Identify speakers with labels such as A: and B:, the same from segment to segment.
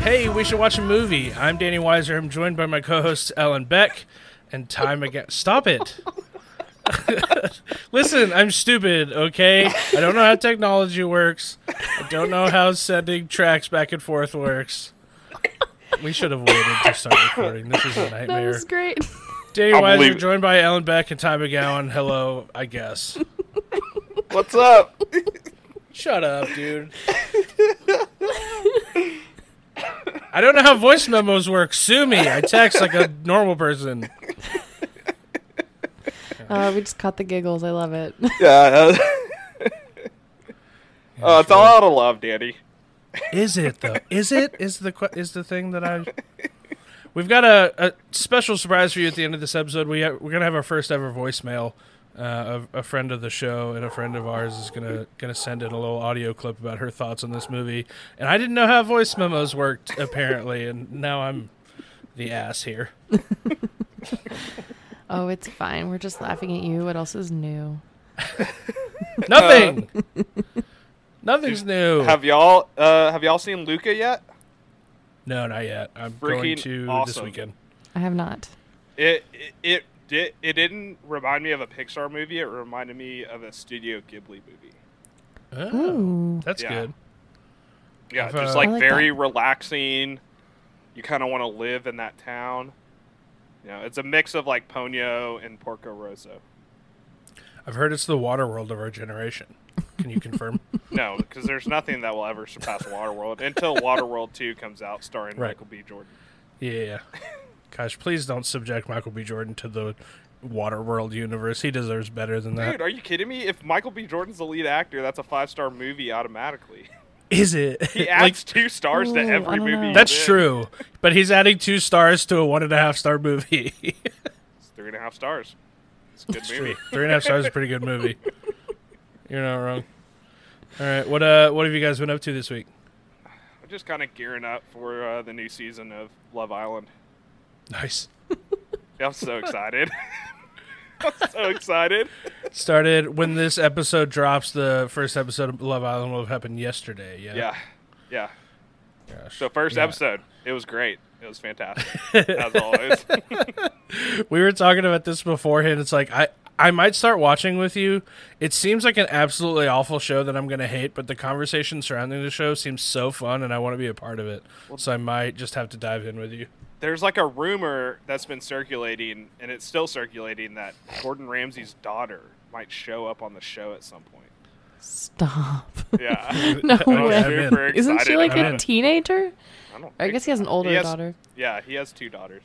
A: Hey, we should watch a movie. I'm Danny Weiser. I'm joined by my co-hosts Ellen Beck and Time Again. Stop it. Listen, I'm stupid, okay? I don't know how technology works. I don't know how sending tracks back and forth works. We should have waited to start recording. This is a
B: That
A: nightmare.
B: was great.
A: Danny
C: I'll
A: Weiser,
C: believe it.
A: joined by Ellen Beck and Time McGowan. Hello, I guess.
C: What's up?
A: Shut up, dude. I don't know how voice memos work. Sue me. I text like a normal person.
B: Uh, we just caught the giggles. I love it.
C: Yeah. Oh, it's all out of love, Danny.
A: Is it though? Is it? Is the que- is the thing that I? We've got a, a special surprise for you at the end of this episode. We ha- we're gonna have our first ever voicemail. Uh, a, a friend of the show and a friend of ours is gonna gonna send in a little audio clip about her thoughts on this movie. And I didn't know how voice memos worked apparently, and now I'm the ass here.
B: Oh, it's fine. We're just laughing at you. What else is new?
A: Nothing. Nothing's new.
C: Um, Have y'all uh, have y'all seen Luca yet?
A: no, not yet. I'm going
C: Freaking
A: to this
C: awesome.
A: weekend.
B: I have not.
C: It it it, did, it didn't remind me of a Pixar movie. It reminded me of a Studio Ghibli movie.
A: Oh,
B: Ooh.
A: that's
C: Yeah.
A: good.
C: Yeah,
A: I've,
C: just
A: uh,
C: like,
B: I like
C: very relaxing. You kind of want to live in that town. You know, it's a mix of like Ponyo and Porco Rosso.
A: I've heard it's the water world of our generation. Can you confirm?
C: No, because there's nothing that will ever surpass Waterworld until Waterworld 2 comes out starring
A: Right.
C: Michael B. Jordan.
A: yeah. Gosh, please don't subject Michael B. Jordan to the water world universe. He deserves better than that.
C: Dude, are you kidding me? If Michael B. Jordan's the lead actor, that's a five star movie automatically.
A: Is it?
C: He adds
A: like
C: two stars
B: Ooh,
C: to
B: I
C: every
B: don't
C: movie.
B: know.
C: he's
A: that's
C: in.
A: true, but he's adding two stars to a one and a half star movie.
C: It's three and a half stars. It's a good
A: It's
C: movie.
A: true. Three and a half stars is a pretty good movie. You're not wrong. All right, what uh, what have you guys been up to this week?
C: I'm just kind of gearing up for uh, the new season of Love Island.
A: Nice.
C: I'm so excited. I'm so excited.
A: started when this episode drops. The first episode of Love Island will have happened yesterday. Yeah.
C: Yeah. Yeah.
A: Gosh.
C: So, first
A: Yeah.
C: episode, it was great. It was fantastic, as always.
A: We were talking about this beforehand. It's like I. I might start watching with you. It seems like an absolutely awful show that I'm going to hate, but the conversation surrounding the show seems so fun and I want to be a part of it. so I might just have to dive in with you.
C: there's like a rumor that's been circulating and it's still circulating that Gordon Ramsay's daughter might show up on the show at some point.
B: Stop.
C: Yeah.
B: No
C: Oh, I'm
A: Okay, I'm
B: way.
A: in.
C: super
B: Isn't she
C: excited
B: like
C: about
B: a
A: in.
C: it.
B: teenager?
C: I don't
B: I
C: think
B: guess he has an
C: so.
B: older
C: He has-
B: daughter.
C: Yeah, he has two daughters.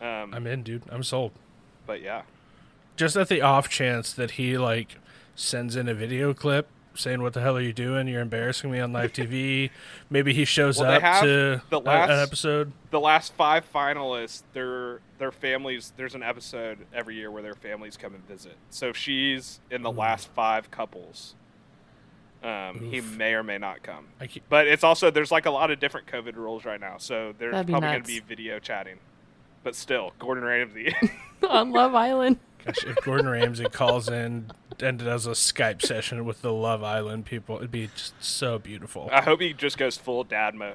C: Um,
A: I'm in, dude. I'm sold.
C: but yeah.
A: Just at the off chance that he like sends in a video clip saying what the hell are you doing? You're embarrassing me on live TV. Maybe he shows
C: Well, they
A: up
C: have
A: to a-
C: the last-
A: an episode.
C: The last five finalists, their their families. There's an episode every year where their families come and visit. So if she's in
B: Mm.
C: the last five couples, um, he
A: Oof.
C: may or may not come.
A: I ca-
C: But it's also there's like a lot of different COVID rules right now, so there's
B: That'd be
C: probably going
B: nuts.
C: to be video chatting. But still, Gordon Ramsay.
B: On Love Island.
A: Gosh, if Gordon Ramsay calls in and does a Skype session with the Love Island people, it'd be just so beautiful.
C: I hope he just goes full dad mode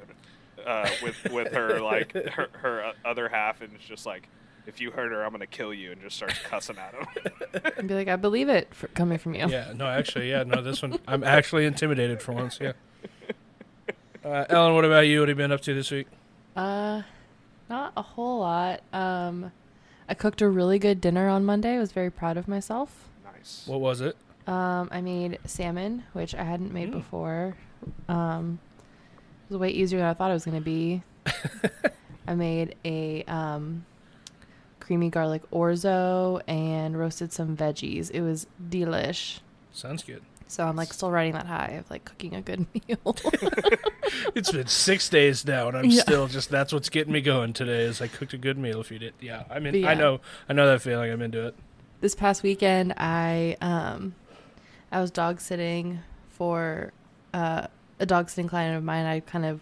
C: uh, with with her like her, her other half, and it's just like, if you hurt her, I'm going to kill you, and just starts cussing at him.
B: And be like, I believe it for coming from you.
A: Yeah, no, actually, yeah, no, this one, I'm actually intimidated for once, yeah. Uh, Ellen, what about you? What have you been up to this week?
B: Uh, not a whole lot. Um, I cooked a really good dinner on Monday. I was very proud of myself.
C: nice.
A: What was it?
B: Um, I made salmon, which I hadn't made before. Um, it was way easier than I thought it was going to be. I made a um, creamy garlic orzo and roasted some veggies. It was delish.
A: Sounds good.
B: So I'm like still riding that high of like cooking a good meal.
A: It's been six days now, and I'm
B: Yeah.
A: still just, that's what's getting me going today is I cooked a good meal if you did. Yeah, I mean,
B: But
A: I
B: yeah.
A: know, I know that feeling. I'm into it.
B: this past weekend i um i was dog sitting for uh a dog sitting client of mine i've kind of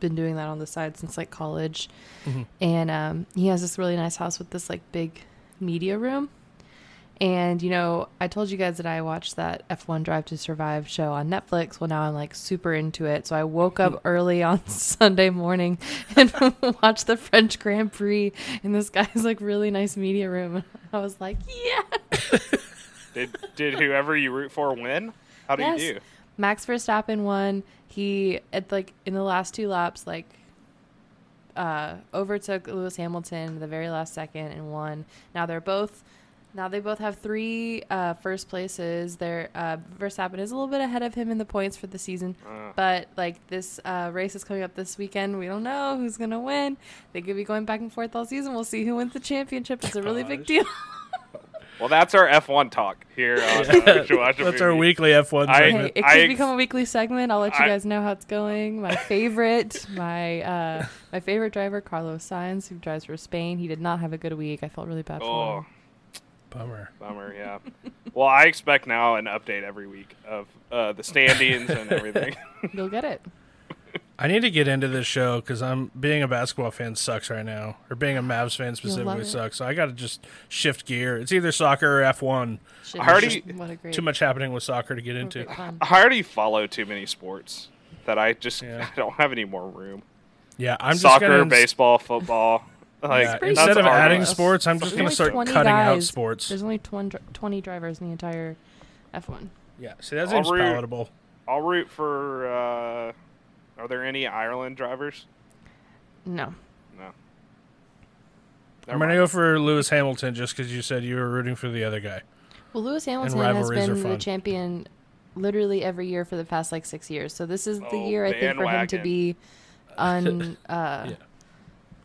B: been doing that on the side since like college and um he has this really nice house with this like big media room And you know, I told you guys that I watched that F1 Drive to Survive show on Netflix. Well, now I'm like super into it. So I woke up early on Sunday morning and watched the French Grand Prix in this guy's like really nice media room. And I was like, yeah.
C: Did did whoever you root for win? How do you
B: Yes.
C: do?
B: Max Verstappen won. He at like in the last two laps, like uh overtook Lewis Hamilton the very last second and won. Now they're both now they both have three uh first places. They're uh Verstappen is a little bit ahead of him in the points for the season.
C: Uh.
B: But like this uh race is coming up this weekend. We don't know who's gonna win. They could be going back and forth all season. We'll see who wins the championship. It's a really big
A: Gosh.
B: deal.
C: Well, that's our F1 talk here. On, uh, We Should Watch a
A: That's our
C: Movie.
A: weekly F1
C: I-
B: Hey,
A: segment.
B: it could
C: I ex-
B: become a weekly segment. I'll let you
C: I-
B: guys know how it's going. My favorite, my uh, my favorite driver, Carlos Sainz, who drives for Spain. He did not have a good week. I felt really bad for
C: Oh,
B: him.
A: Bummer.
C: bummer. Yeah. Well, I expect now an update every week of uh, the standings and everything.
B: You'll get it.
A: I need to get into this show because I'm being a basketball fan sucks right now, or being a Mavs fan specifically
B: it.
A: sucks. So I got to just shift gear. It's either soccer or F1.
B: Shit,
C: I already-
B: what a great
A: Too much happening with soccer to get
B: what a
A: into.
B: great fun.
C: I already follow too many sports that I just
A: Yeah.
C: I don't have any more room.
A: Yeah, I'm just
C: Soccer,
A: gonna ins-
C: baseball, football. Like
A: yeah,
B: pretty
A: instead
C: that's
A: of
B: simple.
A: adding
C: arduous.
A: sports, I'm
B: There's
A: just gonna
B: only
A: start
B: 20
A: cutting out
B: guys.
A: sports.
B: There's only twen- 20 drivers in the entire F1.
A: Yeah, see that
C: I'll
A: seems
C: root.
A: palatable.
C: I'll root for. Uh, are there any Ireland drivers?
B: No.
C: No.
A: I'm gonna
C: Never mind.
A: go for Lewis Hamilton just because you said you were rooting for the other guy.
B: Well, Lewis Hamilton has
A: rivalries are
B: been the
A: fun.
B: champion literally every year for the past like six years. So this is the
C: Oh,
B: year I think for him to
C: bandwagon.
B: be un uh,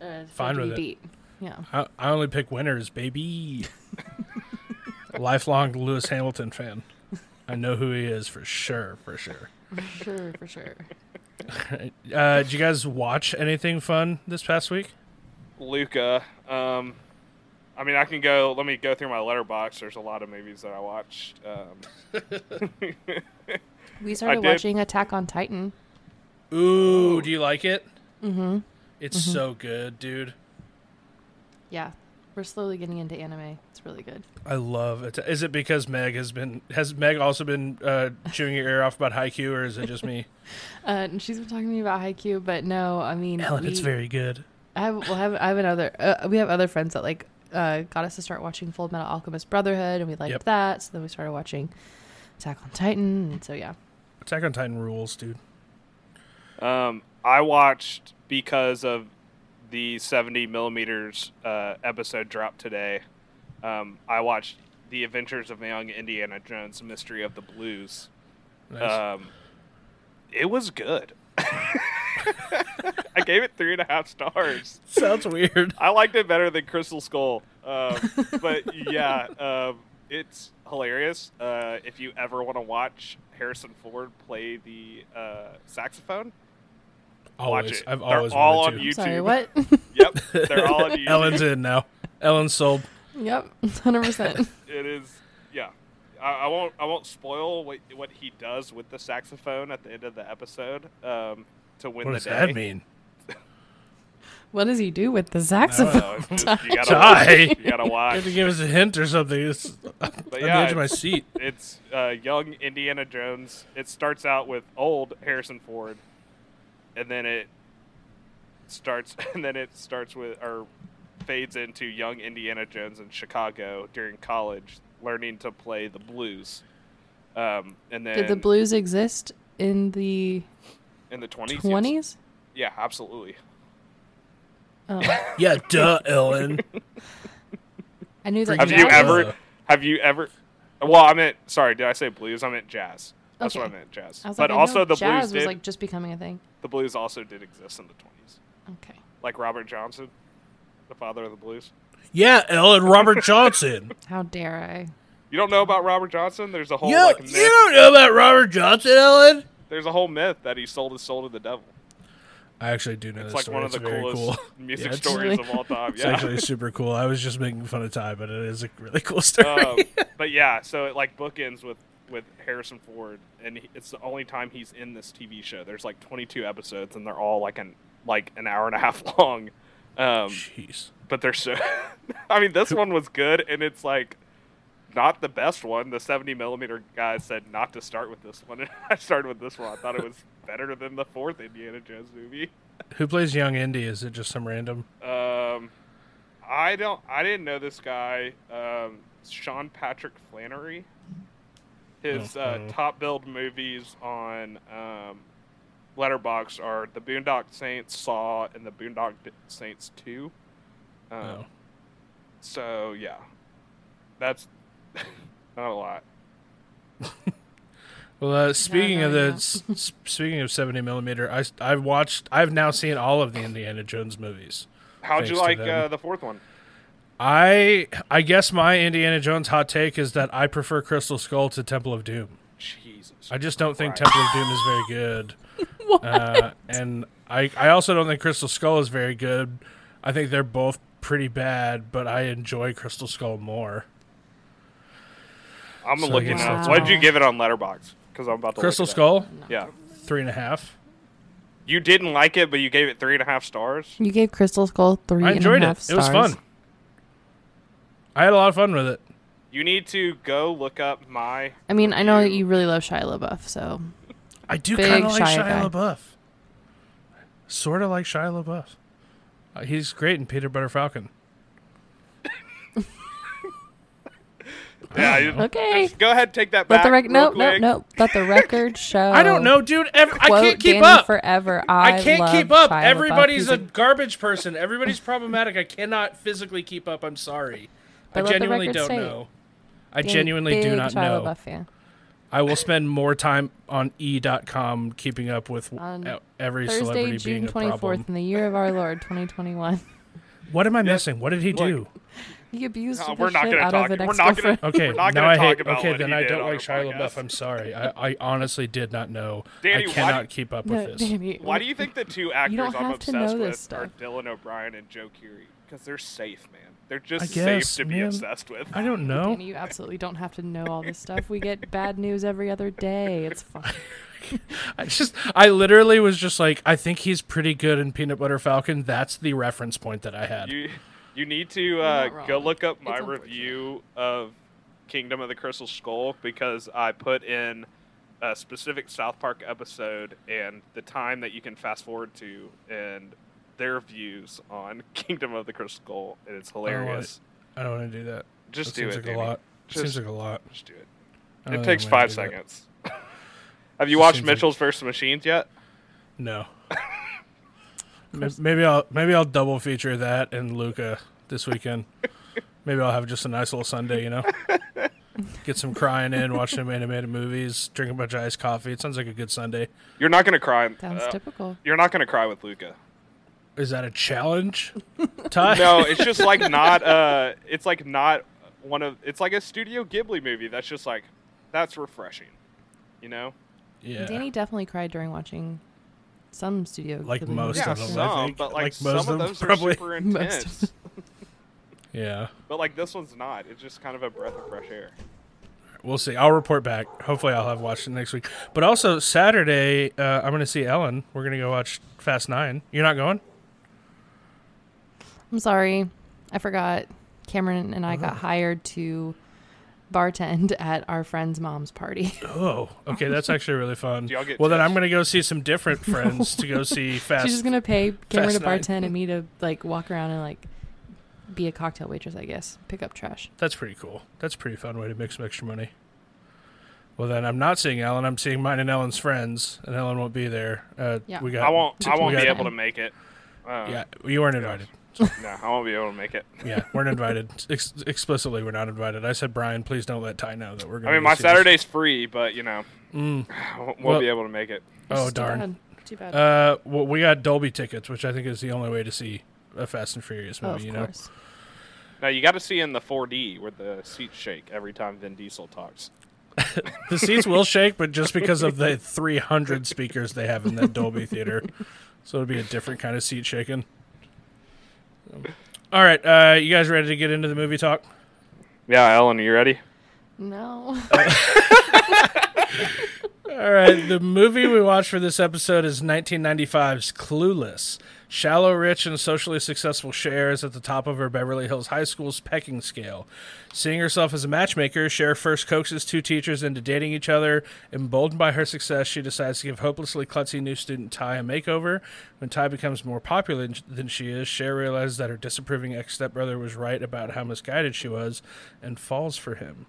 B: uh,
A: Fine
B: to be
A: with it.
B: beat. Yeah.
A: I, I only pick winners, baby. Lifelong Lewis Hamilton fan. I know who he is for sure, for sure.
B: For sure, for sure.
A: Uh, did you guys watch anything fun this past week?
C: Luca. Um, I mean, I can go. Let me go through my letterbox. There's a lot of movies that I watched. Um,
B: We started
C: did-
B: watching Attack on Titan.
A: Ooh, do you like it? Mm-hmm.
B: Mhm.
A: It's so good, dude.
B: Yeah. We're slowly getting into anime. It's really good.
A: I love it. Is it because Meg has been has Meg also been uh, chewing your ear off about Haiku, or is it just me?
B: Uh, and she's been talking to me about Haikyuu, but no, I mean,
A: Ellen, it's
B: we-
A: very good.
B: I have, well, I have, I have another. Uh, we have other friends that like uh, got us to start watching Full Metal Alchemist Brotherhood, and we liked
A: Yep.
B: that. So then we started watching Attack on Titan. And so yeah,
A: Attack on Titan rules, dude.
C: um, I watched because of the 70 millimeters uh, episode dropped today. Um, I watched The Adventures of Young Indiana Jones: Mystery of the Blues.
A: Nice.
C: Um, it was good. I gave it three and a half stars.
A: Sounds weird.
C: I liked it better than Crystal Skull. Um, but yeah, um, it's hilarious. Uh, if you ever want to watch Harrison Ford play the uh, saxophone,
A: Always,
C: watch it.
A: I've
C: They're
A: always
C: all
A: wanted
C: on
A: to.
C: YouTube.
B: sorry, what?
C: yep, they're all on YouTube.
A: Ellen's in now. Ellen's sold.
B: yep, hundred percent.
C: It is, yeah. I, I won't. I won't spoil what, what he does with the saxophone at the end of the episode um, to win
A: What
C: the
A: does
C: day.
A: that mean?
B: What does he do with the
C: I don't
B: saxophone?
C: know, it's just- you gotta
A: Die.
C: watch. You gotta
A: You
C: watch.
A: have to give us a hint or something. It's on
C: But
A: the
C: yeah,
A: edge of my
C: it's-
A: seat.
C: It's uh, young Indiana Jones. It starts out with old Harrison Ford, and then it starts, and then it starts with or fades into young Indiana Jones in Chicago during college, learning to play the blues. Um, and then
B: Did the blues exist in the
C: in the twenties,
B: twenties?
C: yeah, absolutely.
B: Oh,
A: Yeah, duh, Ellen.
B: I knew that.
C: Have you
B: jazz-
A: Uh,
C: ever? Have you ever? Well, I meant sorry. Did I say blues? I meant jazz. That's what I
B: Okay.
C: meant, jazz.
B: I was
C: but
B: like, I know
C: also the
B: jazz
C: blues
B: was
C: did.
B: like just becoming a thing.
C: The blues also did exist in the twenties.
B: Okay.
C: like Robert Johnson, the father of the blues.
A: Yeah, Ellen Robert Johnson.
B: How dare I?
C: You don't know about Robert Johnson? There's a whole
A: you,
C: like myth.
A: you don't know about Robert Johnson, Ellen?
C: There's a whole myth that he sold his soul to the devil.
A: I actually do know
C: It's
A: this
C: like
A: story.
C: one of
A: It's
C: the
A: very
C: coolest
A: cool.
C: music
A: Yeah, it's-
C: stories
B: Really?
C: of all time.
A: It's
C: Yeah.
A: actually super cool. I was just making fun of Ty, but it is a really cool story.
C: um, but yeah, so it like bookends with with Harrison Ford, and he, it's the only time he's in this TV show. There's like 22 episodes, and they're all like an like an hour and a half long. Um,
A: Jeez.
C: but they're so. I mean, this one was good, and it's like not the best one. The 70 millimeter guy said not to start with this one, and I started with this one. I thought it was better than the fourth Indiana Jones movie.
A: Who plays young Indy? Is it just some random?
C: Um, I don't. I didn't know this guy. Um, Sean Patrick Flannery. His uh,
A: Mhm.
C: top billed movies on um, Letterbox are The Boondock Saints, Saw, and The Boondock D- Saints Two. Um,
A: Oh.
C: So yeah, that's not a lot.
A: Well, uh, speaking
B: no,
A: of the
B: no.
A: s- s- speaking of seventy millimeter, I I've watched. I've now seen all of the Indiana Jones movies.
C: How'd you
A: Thanks
C: like
A: to
C: uh,
A: them.
C: the fourth one?
A: I I guess my Indiana Jones hot take is that I prefer Crystal Skull to Temple of Doom.
C: Jesus.
A: I just don't think
C: Christ.
A: Temple of Doom is very good. Uh, and I I also don't think Crystal Skull is very good. I think they're both pretty bad, but I enjoy Crystal Skull more.
C: I'm
A: So
C: looking
A: he's-
C: up.
B: Wow.
C: What did you give it on Letterbox? Because I'm about to. look
A: Crystal
C: it up.
A: Skull
C: Yeah,
A: three and a half.
C: you didn't like it, but you gave it three and a half stars.
B: You gave Crystal Skull three.
A: I
B: and a
A: enjoyed it.
B: half
A: It was
B: stars.
A: fun. I had a lot of fun with it.
C: You need to go look up my.
B: I mean, I know
C: Ew.
B: you really love Shia LaBeouf, so
A: I do
B: Big
A: kind of like
B: Shia guy.
A: Shia LaBeouf. Sort of like Shia LaBeouf. Uh, he's great in Peter Butter Falcon.
C: Yeah, you-
B: okay.
C: just go ahead, take that
B: Let
C: back.
B: the record.
C: real
B: Nope, nope,
C: quick.
B: nope. Let the record show.
A: I don't know, dude. Ev- I
B: Oh. Quote
A: can't keep
B: Danny
A: up.
B: forever.
A: I,
B: I,
A: can't
B: love
A: keep up.
B: Shia LaBeouf.
A: Everybody's
B: He's
A: a garbage person. Everybody's problematic. I cannot physically keep up. I'm sorry.
B: But let
A: I
B: the
A: genuinely
B: record
A: don't
B: state,
A: know. I
B: Danny-
A: genuinely do
B: big
A: not
B: Shia
A: know.
B: LaBeouf fan.
A: I will spend more time on e.com keeping up with
B: On
A: w- every
B: Thursday,
A: celebrity
B: June
A: being a
B: twenty fourth,
A: problem.
B: in the year of our Lord twenty twenty one.
A: What am I missing? What did he do?
B: He abused
C: No,
B: the
C: we're not
B: shit
C: gonna
B: out
C: talk-
B: of an
C: we're
B: ex
C: not gonna-
B: girlfriend.
A: Okay,
C: We're not
A: now
C: gonna
A: I
C: talk
A: hate.
C: about
A: okay,
C: what
A: then
C: he
A: I
C: did
A: don't
C: on
A: like
C: our
A: Shia
C: podcast.
A: LaBeouf. I'm sorry. I, I honestly did not know.
C: Danny,
A: I
C: why
A: cannot
C: do-
A: keep up
B: No,
A: with this.
B: Danny,
C: Why do you think the two actors
B: don't
C: I'm
B: have to
C: obsessed
B: know
C: with
B: this
C: are
B: stuff.
C: Dylan O'Brien and Joe Curie? Because they're safe, man. They're just
A: I guess,
C: safe to be
A: man.
C: obsessed with.
A: I don't know.
B: Danny, you absolutely don't have to know all this stuff. We get bad news every other day. It's fine.
A: I just, I literally was just like, I think he's pretty good in Peanut Butter Falcon. That's the reference point that I had.
C: You you need to
B: not
C: uh, go
B: wrong.
C: look up
B: It's
C: my
B: unfortunate.
C: review of Kingdom of the Crystal Skull because I put in a specific South Park episode and the time that you can fast forward to and their views on Kingdom of the Crystal Skull and it's
A: want it.
C: hilarious.
A: Oh, I don't want to do that.
C: Just
A: That
C: do
A: seems
C: it.
A: like
C: Danny.
A: a lot.
C: Just-
A: seems like a lot.
C: Just do it.
A: Oh, I don't
C: It
A: think
C: takes
A: I'm gonna
C: five
A: do that.
C: seconds. Have you
A: Just
C: watched
A: seems like-
C: Mitchell's versus Machines yet?
A: No. May- maybe I'll maybe I'll double feature that and Luca this weekend. maybe I'll have just a nice little Sunday, you know. Get some crying in, watch some animated movies, drink a bunch of iced coffee. It sounds like a good Sunday.
C: You're not gonna cry.
B: Sounds
C: uh,
B: typical.
C: you're not gonna cry with Luca.
A: Is that a challenge? Ty?
C: No, it's just like not uh it's like not one of it's like a Studio Ghibli movie that's just like that's refreshing. You know?
A: Yeah.
B: Danny definitely cried during watching some studio.
A: Like
B: Ghibli
A: most
B: movies,
A: of
C: Yeah,
A: them,
B: for
A: I
B: sure.
C: some,
A: think.
C: but like,
A: Like, most
C: some
A: of
C: of
A: them,
C: those are
A: probably.
C: super
B: Most of
C: intense.
A: Yeah.
C: But like this one's not. It's just kind of a breath of fresh air.
A: We'll see. I'll report back. Hopefully, I'll have watched it next week. But also Saturday, uh, I'm going to see Ellen. We're going to go watch Fast Nine. You're not going?
B: I'm sorry, I forgot. Cameron and I got hired to bartend at our friend's mom's party.
A: Oh, okay. That's actually really fun.
C: Do y'all get
A: well, then
C: tips?
A: I'm going to go see some different friends to go see Fast.
B: She's just gonna pay Cameron to
A: Fast
B: bartend and me to like walk around and like be a cocktail waitress, I guess. Pick up trash.
A: That's pretty cool. That's a pretty fun way to make some extra money. Well, then I'm not seeing Ellen. I'm seeing mine and Ellen's friends, and Ellen won't be there. Uh,
B: Yeah.
A: We got.
C: I won't
B: Took
C: I
B: me
C: won't
A: we
C: be
A: got-
C: able to make it. Uh,
A: Yeah, you weren't invited.
C: No, I won't be able to make it.
A: Yeah, weren't invited. Ex- explicitly, we're not invited. I said, Brian, please don't let Ty know that we're going.
C: I mean my Saturday's free, but you know,
A: Mm.
C: I won't won't
A: Well-
C: be able to make it.
B: It's
A: Oh
B: too
A: darn.
B: bad. Too bad.
A: Uh, well, we got Dolby tickets, which I think is the only way to see a Fast and Furious
B: oh,
A: movie.
B: of
A: you know.
B: course.
C: Now you got to see in the 4D where the seats shake every time Vin Diesel talks.
A: the seats will shake, but just because of the 300 speakers they have in that Dolby theater, so it'll be a different kind of seat shaking. All right, uh, you guys ready to get into the movie talk?
C: Yeah, Ellen, are you ready?
B: No.
A: All right. The movie we watched for this episode is 1995's Clueless. Shallow, rich, and socially successful Cher is at the top of her Beverly Hills High School's pecking scale. Seeing herself as a matchmaker, Cher first coaxes two teachers into dating each other. Emboldened by her success, she decides to give hopelessly klutzy new student Ty a makeover. When Ty becomes more popular than she is, Cher realizes that her disapproving ex stepbrother was right about how misguided she was and falls for him.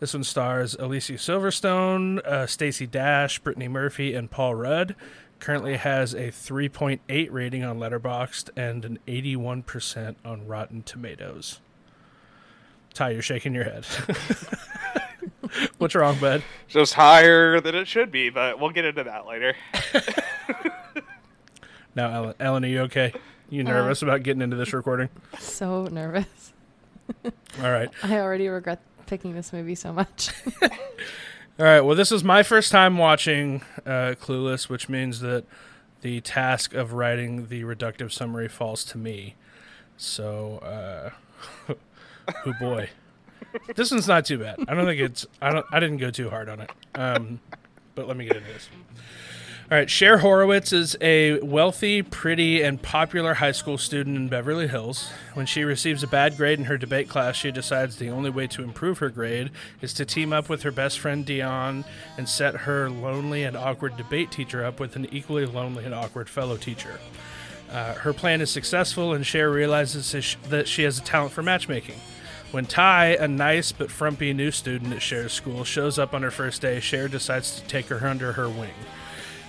A: This one stars Alicia Silverstone, uh, Stacy Dash, Brittany Murphy, and Paul Rudd. Currently has a 3.8 rating on Letterboxd and an 81% on Rotten Tomatoes. Ty, you're shaking your head. What's wrong, bud?
C: Just higher than it should be, but we'll get into that later.
A: Now, Ellen, Ellen, are you okay? You nervous about getting into this recording?
B: So nervous.
A: All right.
B: I already regret picking this movie so much.
A: All right. Well, this is my first time watching uh, Clueless, which means that the task of writing the reductive summary falls to me. So, uh, oh boy, this one's not too bad. I don't think it's. I don't. I didn't go too hard on it. Um, but let me get into this. All right, Cher Horowitz is a wealthy, pretty, and popular high school student in Beverly Hills. When she receives a bad grade in her debate class, she decides the only way to improve her grade is to team up with her best friend Dion and set her lonely and awkward debate teacher up with an equally lonely and awkward fellow teacher. Uh, her plan is successful, and Cher realizes that sh- that she has a talent for matchmaking. When Ty, a nice but frumpy new student at Cher's school, shows up on her first day, Cher decides to take her under her wing.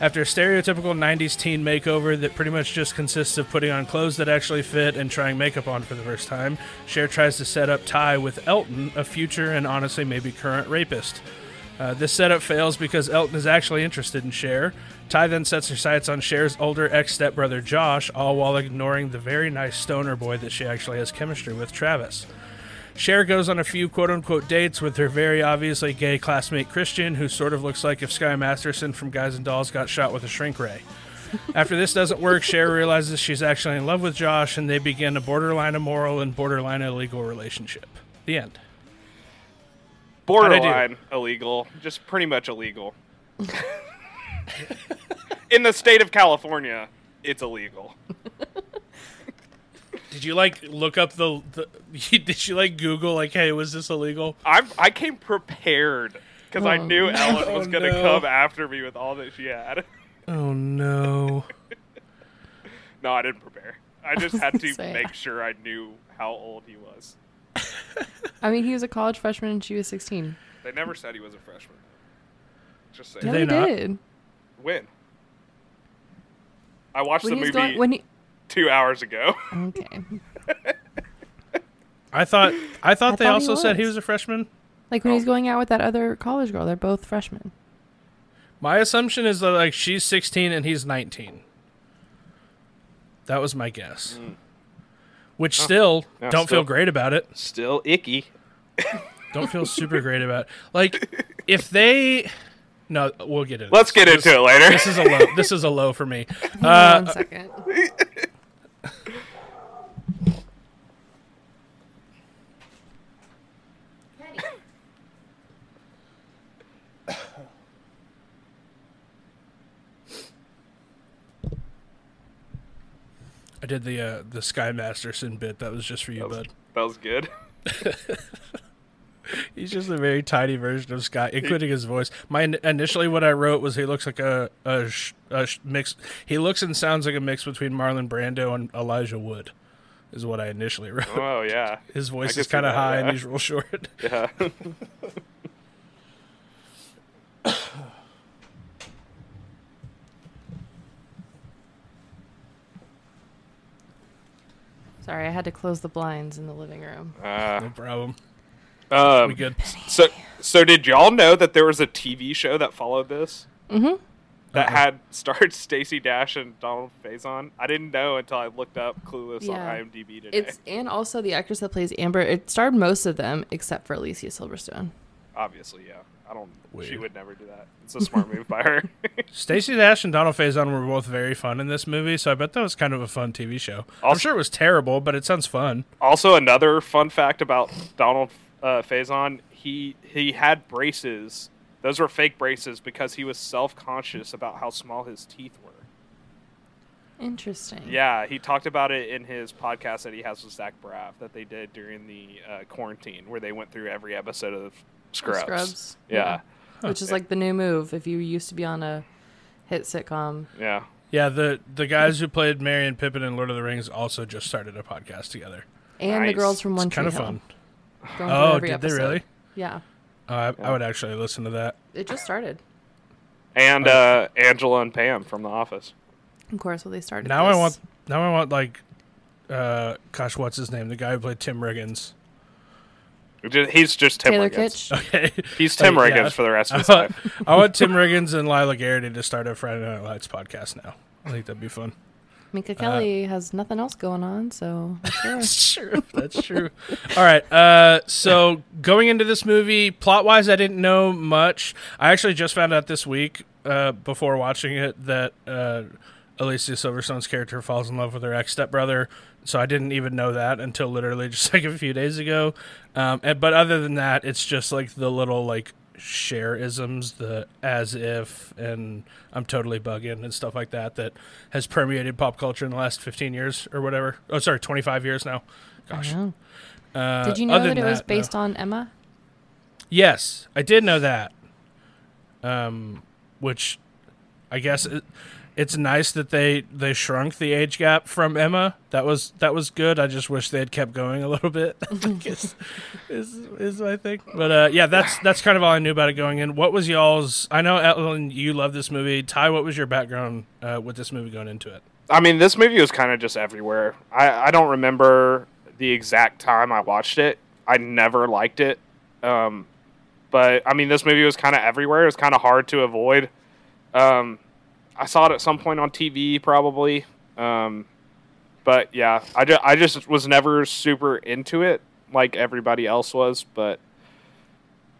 A: After a stereotypical 90s teen makeover that pretty much just consists of putting on clothes that actually fit and trying makeup on for the first time, Cher tries to set up Ty with Elton, a future and honestly maybe current rapist. Uh, this setup fails because Elton is actually interested in Cher. Ty then sets her sights on Cher's older ex stepbrother Josh, all while ignoring the very nice stoner boy that she actually has chemistry with, Travis. Cher goes on a few quote unquote dates with her very obviously gay classmate Christian, who sort of looks like if Sky Masterson from Guys and Dolls got shot with a shrink ray. After this doesn't work, Cher realizes she's actually in love with Josh, and they begin a borderline immoral and borderline illegal relationship. The end.
C: Borderline illegal, just pretty much illegal. In the state of California, it's illegal.
A: Did you like look up the? the did you like Google like, hey, was this illegal?
C: I'm, I came prepared because I
B: Oh,
C: knew
B: no.
C: Ellen was
A: Oh,
C: going to
A: no.
C: come after me with all that she had.
A: Oh no.
C: No, I didn't prepare. I just had to
B: Say-
C: make sure I knew how old he was.
B: I mean, he was a college freshman and she was 16.
C: They never said he was a freshman. Just
A: Did
B: No,
C: saying.
A: they
B: he
A: not?
B: did.
C: When? I watched
B: When
C: the
B: he was
C: movie
B: going, when he,
C: two hours ago.
B: okay.
A: I thought I thought they
B: I thought he
A: also said he
B: was.
A: was a freshman.
B: Like when he's
C: Oh.
B: going out with that other college girl, they're both freshmen.
A: My assumption is that like she's 16 and he's 19. That was my guess. Which still
C: Mm. Yeah,
A: don't
C: still.
A: feel great about it.
C: Still icky.
A: Don't feel super great about it. Like if they No, we'll get into
C: Let's
A: this.
C: get into it later.
A: This is a low. This is a low for me.
B: Hang
A: Uh,
B: on one second.
A: I did the uh, the Sky Masterson bit. That was just for you,
C: that, was,
A: bud.
C: that was good.
A: He's just a very tiny version of Scott, including his voice. My in- initially what I wrote was he looks like a a, sh- a sh- mix. He looks and sounds like a mix between Marlon Brando and Elijah Wood, is what I initially wrote.
C: Oh yeah.
A: His
C: I
A: voice
C: can
A: is
C: see
A: kind of
C: that,
A: high
C: yeah.
A: and he's real short.
C: Yeah.
B: Sorry, I had to close the blinds in the living room.
A: no
C: Uh,
A: problem. We
C: um,
A: good.
C: so so did y'all know that there was a TV show that followed this?
B: Mhm.
C: That
A: Uh-uh.
C: had starred Stacy Dash and Donald Faison. I didn't know until I looked up Clueless on
B: Yeah.
C: IMDb today.
B: It's and also the actress that plays Amber. It starred most of them except for Alicia Silverstone.
C: Obviously, yeah. I don't. She
A: Weird.
C: would never do that. It's a smart move by her.
A: Stacey Dash and Donald Faison were both very fun in this movie, so I bet that was kind of a fun TV show. I'm
C: Also-
A: sure it was terrible, but it sounds fun.
C: also, another fun fact about Donald uh, Faison: he he had braces Those were fake braces because he was self conscious about how small his teeth were.
B: Interesting.
C: Yeah, he talked about it in his podcast that he has with Zach Braff that they did during the uh, quarantine where they went through every episode of Scrubs.
B: Scrubs.
C: Yeah,
B: Which is like the new move if you used to be on a hit sitcom.
C: yeah.
A: Yeah, the the guys who played Mary and Pippin in Lord of the Rings also just started a podcast together.
B: And the
C: Nice.
B: girls from One
A: It's kind
B: Tree
A: of
B: Hill.
A: fun.
B: going through
A: Oh,
B: every
A: did they
B: episode.
A: really?
B: Yeah.
A: Oh, I, I would actually listen to that.
B: It just started.
C: And uh, Angela and Pam from The Office.
B: Of course, well, they started.
A: Now I
B: this.
C: Oh
A: want now I want like uh gosh, what's his name? The guy who played Tim Riggins.
C: Ju- He's just Tim
B: Taylor
C: Riggins.
B: Kitsch.
A: Okay.
C: He's Tim
A: Like,
C: Riggins
A: Oh, yeah.
C: for the rest of
A: I
C: his
A: want,
C: life.
A: I want Tim Riggins and Lila Garrity to start a Friday Night Lights podcast now. I think that'd be fun. Uh,
B: Mika Kelly has nothing else going on, so sure.
A: Sure, that's true. All right. Uh, so going into this movie, plot wise, I didn't know much. I actually just found out this week uh, before watching it that uh, Alicia Silverstone's character falls in love with her ex stepbrother. So I didn't even know that until literally just like a few days ago. Um, and, but other than that, it's just like the little like share isms, the as if and I'm totally bugging and stuff like that that has permeated pop culture in the last 15 years or whatever. Oh, sorry, 25 years now. Gosh.
B: Oh.
A: Uh,
B: Did you know
A: other
B: that it
A: than
B: was
A: no.
B: based on Emma?
A: Yes, I did know that. Um, which I guess it, it's nice that they they shrunk the age gap from Emma. That was that was good. I just wish they had kept going a little bit. I think is, is is my thing. But uh, yeah, that's that's kind of all I knew about it going in. What was y'all's? I know Ellen, you love this movie. Ty, what was your background uh, with this movie going into it?
C: I mean, this movie was kind of just everywhere. I, I don't remember the exact time I watched it. I never liked it. Um, but I mean, this movie was kind of everywhere. It was kind of hard to avoid. Um, I saw it at some point on TV, probably. Um, but yeah, I, ju- I just was never super into it like everybody else was. But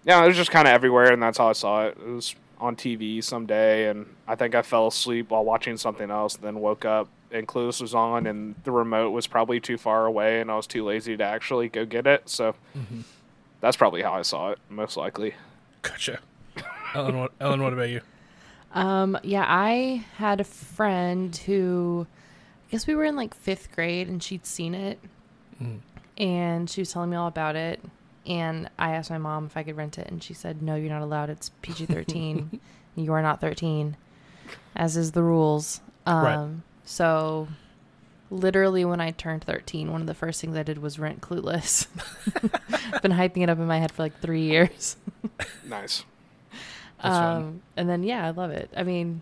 C: yeah, it was just kind of everywhere, and that's how I saw it. It was on TV someday, and I think I fell asleep while watching something else, and then woke up, and Clueless was on, and the remote was probably too far away, and I was too lazy to actually go get it. So that's probably how I saw it, most likely.
A: Gotcha. Ellen, what, Ellen, what about you?
B: Um, yeah, I had a friend who, I guess we were in like fifth grade, and she'd seen it, and she was telling me all about it. And I asked my mom if I could rent it, and she said, "No, you're not allowed. It's PG thirteen. you are not thirteen, as is the rules." Um,
A: Right.
B: So, literally, when I turned thirteen, one of the first things I did was rent Clueless. Been hyping it up in my head for like three years.
C: Nice.
A: That's fun.
B: Um, and then yeah, I love it. I mean,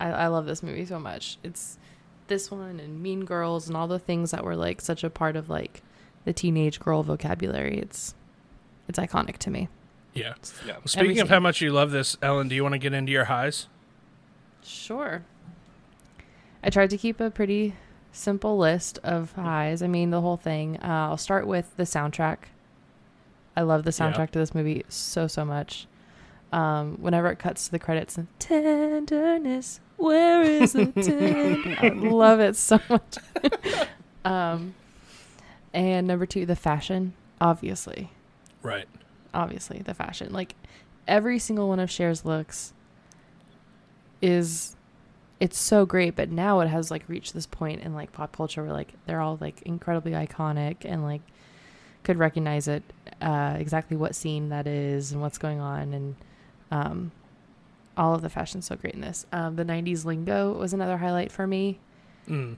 B: I, I love this movie so much. It's this one and Mean Girls and all the things that were like such a part of like the teenage girl vocabulary. It's it's iconic to me.
A: Yeah.
C: Yeah.
A: Speaking of
B: Everything.
A: how much you love this, Ellen, do you want to get into your highs?
B: Sure. I tried to keep a pretty simple list of highs. I mean, the whole thing. Uh, I'll start with the soundtrack. I love the
A: Yeah.
B: soundtrack to this movie so so much. Um, whenever it cuts to the credits, and tenderness, where is the tender? I love it so much. um, and number two, the fashion, obviously
A: Right.
B: obviously the fashion like every single one of Cher's looks is it's so great but now it has like reached this point in like pop culture where like they're all like incredibly iconic and like could recognize it uh exactly what scene that is and what's going on and um all of the fashion's so great in this um the 90s lingo was another highlight for me
A: Mm.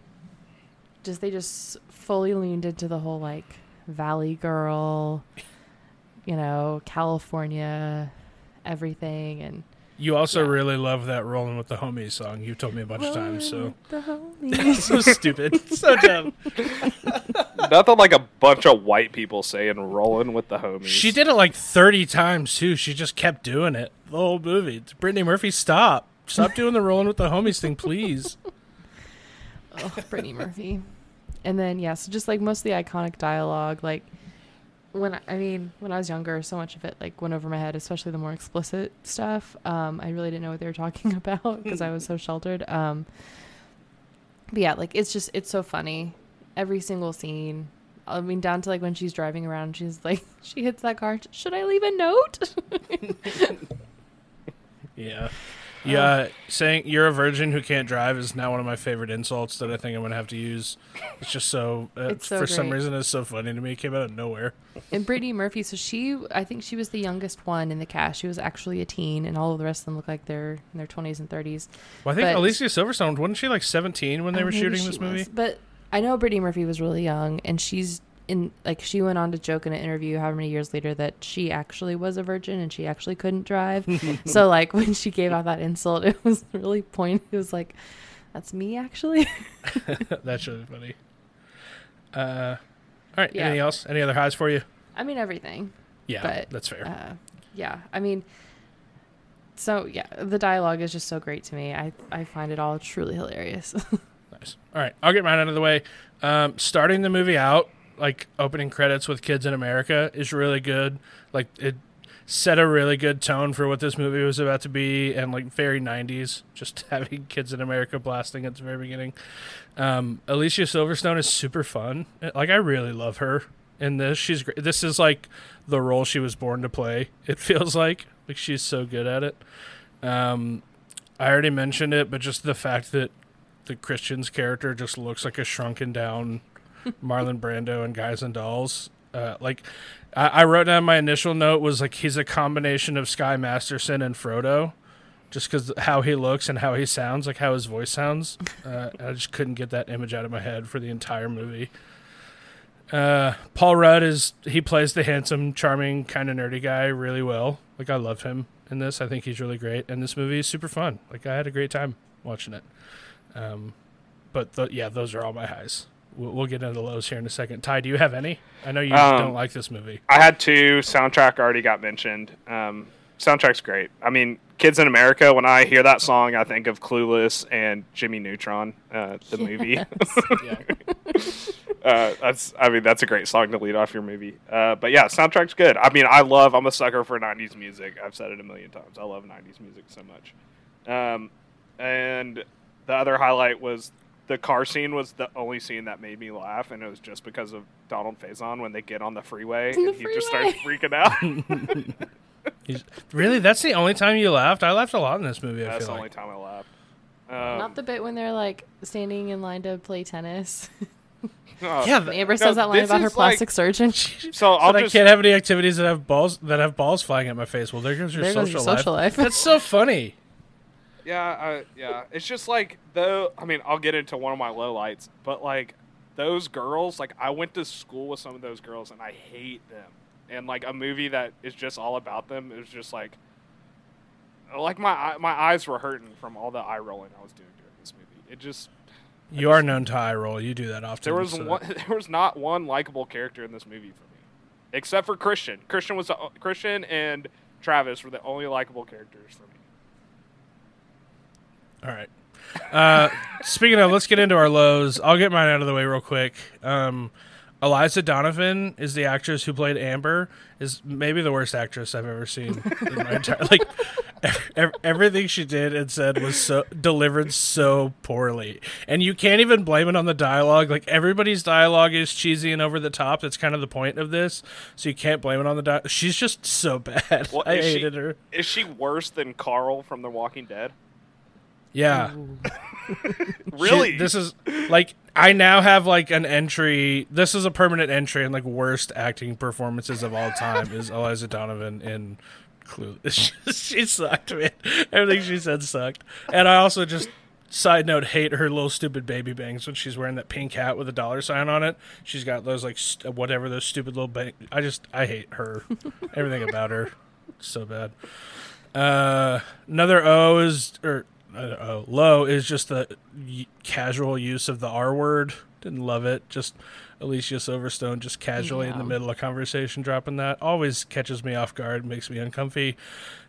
B: just they just fully leaned into the whole like valley girl you know california everything and
A: You also
B: Yeah.
A: really love that "Rolling with the Homies" song. You've told me a bunch of times, so
B: so
A: so stupid, so dumb.
C: Nothing like a bunch of white people saying "rolling with the homies."
A: She did it like thirty times too. She just kept doing it the whole movie. It's Brittany Murphy, stop, stop doing the "Rolling with the Homies" thing, please.
B: oh, brittany murphy and then yeah so just like most of the iconic dialogue like when I, I mean when i was younger so much of it like went over my head especially the more explicit stuff um i really didn't know what they were talking about because i was so sheltered um but yeah like it's just it's so funny every single scene i mean down to like when she's driving around she's like she hits that car should i leave a note
A: Yeah. Yeah, saying you're a virgin who can't drive is now one of my favorite insults that I think I'm gonna have to use. It's just so, uh,
B: It's so
A: for some
B: great.
A: reason it's so funny to me. It came out of nowhere.
B: And Brittany Murphy, so she, I think she was the youngest one in the cast. She was actually a teen, and all of the rest of them look like they're in their 20s and 30s.
A: Well, I think
B: But-
A: Alicia Silverstone wasn't she like 17 when they
B: Oh,
A: were
B: maybe
A: shooting
B: she
A: this movie?
B: was. But I know Brittany Murphy was really young, and she's in like she went on to joke in an interview how many years later that she actually was a virgin and she actually couldn't drive. so like when she gave out that insult, it was really pointed. It was like, "That's me actually."
A: That's really funny. Uh, all right.
B: Yeah.
A: Anything else? Any other highs for you?
B: I mean everything.
A: Yeah,
B: But,
A: that's fair.
B: Uh, yeah, I mean. So yeah, the dialogue is just so great to me. I I find it all truly hilarious.
C: Oh.
A: nice. All right, I'll get mine out of the way. Um, starting the movie out, like opening credits with "Kids in America" is really good. Like it set a really good tone for what this movie was about to be, and like very '90s, just having "Kids in America" blasting at the very beginning. Um, Alicia Silverstone is super fun. Like I really love her in this. She's great. This is like the role she was born to play. It feels like like she's so good at it. Um, I already mentioned it, but just the fact that the Christian's character just looks like a shrunken down Marlon Brando and Guys and Dolls. Uh, like I, I wrote down my initial note was like he's a combination of Sky Masterson and Frodo, just because how he looks and how he sounds, like how his voice sounds. Uh, and I just couldn't get that image out of my head for the entire movie. Uh, Paul Rudd is he plays the handsome, charming, kind of nerdy guy really well. Like I love him in this. I think he's really great, and this movie is super fun. Like I had a great time watching it. Um, but th- yeah, those are all my highs. We'll, we'll get into lows here in a second. Ty, do you have any? I know you
C: Um,
A: don't like this movie.
C: I had two. Soundtrack already got mentioned. Um, soundtrack's great. I mean, Kids in America. When I hear that song, I think of Clueless and Jimmy Neutron, uh, the movie.
A: Yeah.
C: uh, that's. I mean, that's a great song to lead off your movie. Uh, but yeah, soundtrack's good. I mean, I love. I'm a sucker for '90s music. I've said it a million times. I love '90s music so much. Um, and the other highlight was the car scene was the only scene that made me laugh, and it was just because of Donald Faison when they get on the freeway
B: On the
C: and he just starts freaking out.
A: He's- really, that's the only time you laughed. I laughed a lot in this movie. I
C: That's
A: feel
C: the
A: like
C: only time I laughed. Um,
B: Not the bit when they're like standing in line to play tennis.
C: oh.
A: yeah. th-
B: Amber
C: No,
B: says that line
C: this
B: about her
C: is, like-
B: plastic surgeon.
C: So I'll
A: but I
C: just
A: can't have any activities that have balls that have balls flying at my face. Well, there goes your,
B: There
A: social,
B: goes your social life.
A: That's so funny.
C: yeah I, yeah. It's just like though. I mean, I'll get into one of my lowlights, but like those girls, like I went to school with some of those girls, and I hate them. And like a movie that is just all about them is just like, like my eye- my eyes were hurting from all the eye rolling I was doing during this movie. It just
A: You are known to eye roll. You do that often.
C: There was
A: so-
C: one. There was not one likable character in this movie for me, except for Christian. Christian was the, o- Christian and Travis were the only likable characters for me.
A: All right. Uh, speaking of, let's get into our lows. I'll get mine out of the way real quick. Um, Eliza Donovan is the actress who played Amber. Is maybe the worst actress I've ever seen in my entire like. ev- ev- Everything she did and said was so delivered so poorly, and you can't even blame it on the dialogue. Like everybody's dialogue is cheesy and over the top. That's kind of the point of this, so you can't blame it on the dialogue. She's just so bad.
C: Well,
A: I
C: is she-
A: hated her.
C: Is she worse than Carl from The Walking Dead?
A: Yeah, Shit,
C: Really?
A: this is like I now have like an entry. This is a permanent entry and like worst acting performances of all time is Eliza Donovan in Clueless. she sucked, man. Everything she said sucked. And I also just side note hate her little stupid baby bangs when she's wearing that pink hat with a dollar sign on it. She's got those like st- whatever those stupid little bang. I just I hate her. Everything about her so bad. Uh, another O is or uh, o, low is just the y- casual use of the R word. Didn't love it. Just Alicia Silverstone just casually in the
B: Yeah.
A: middle of conversation dropping that always catches me off guard, makes me uncomfy.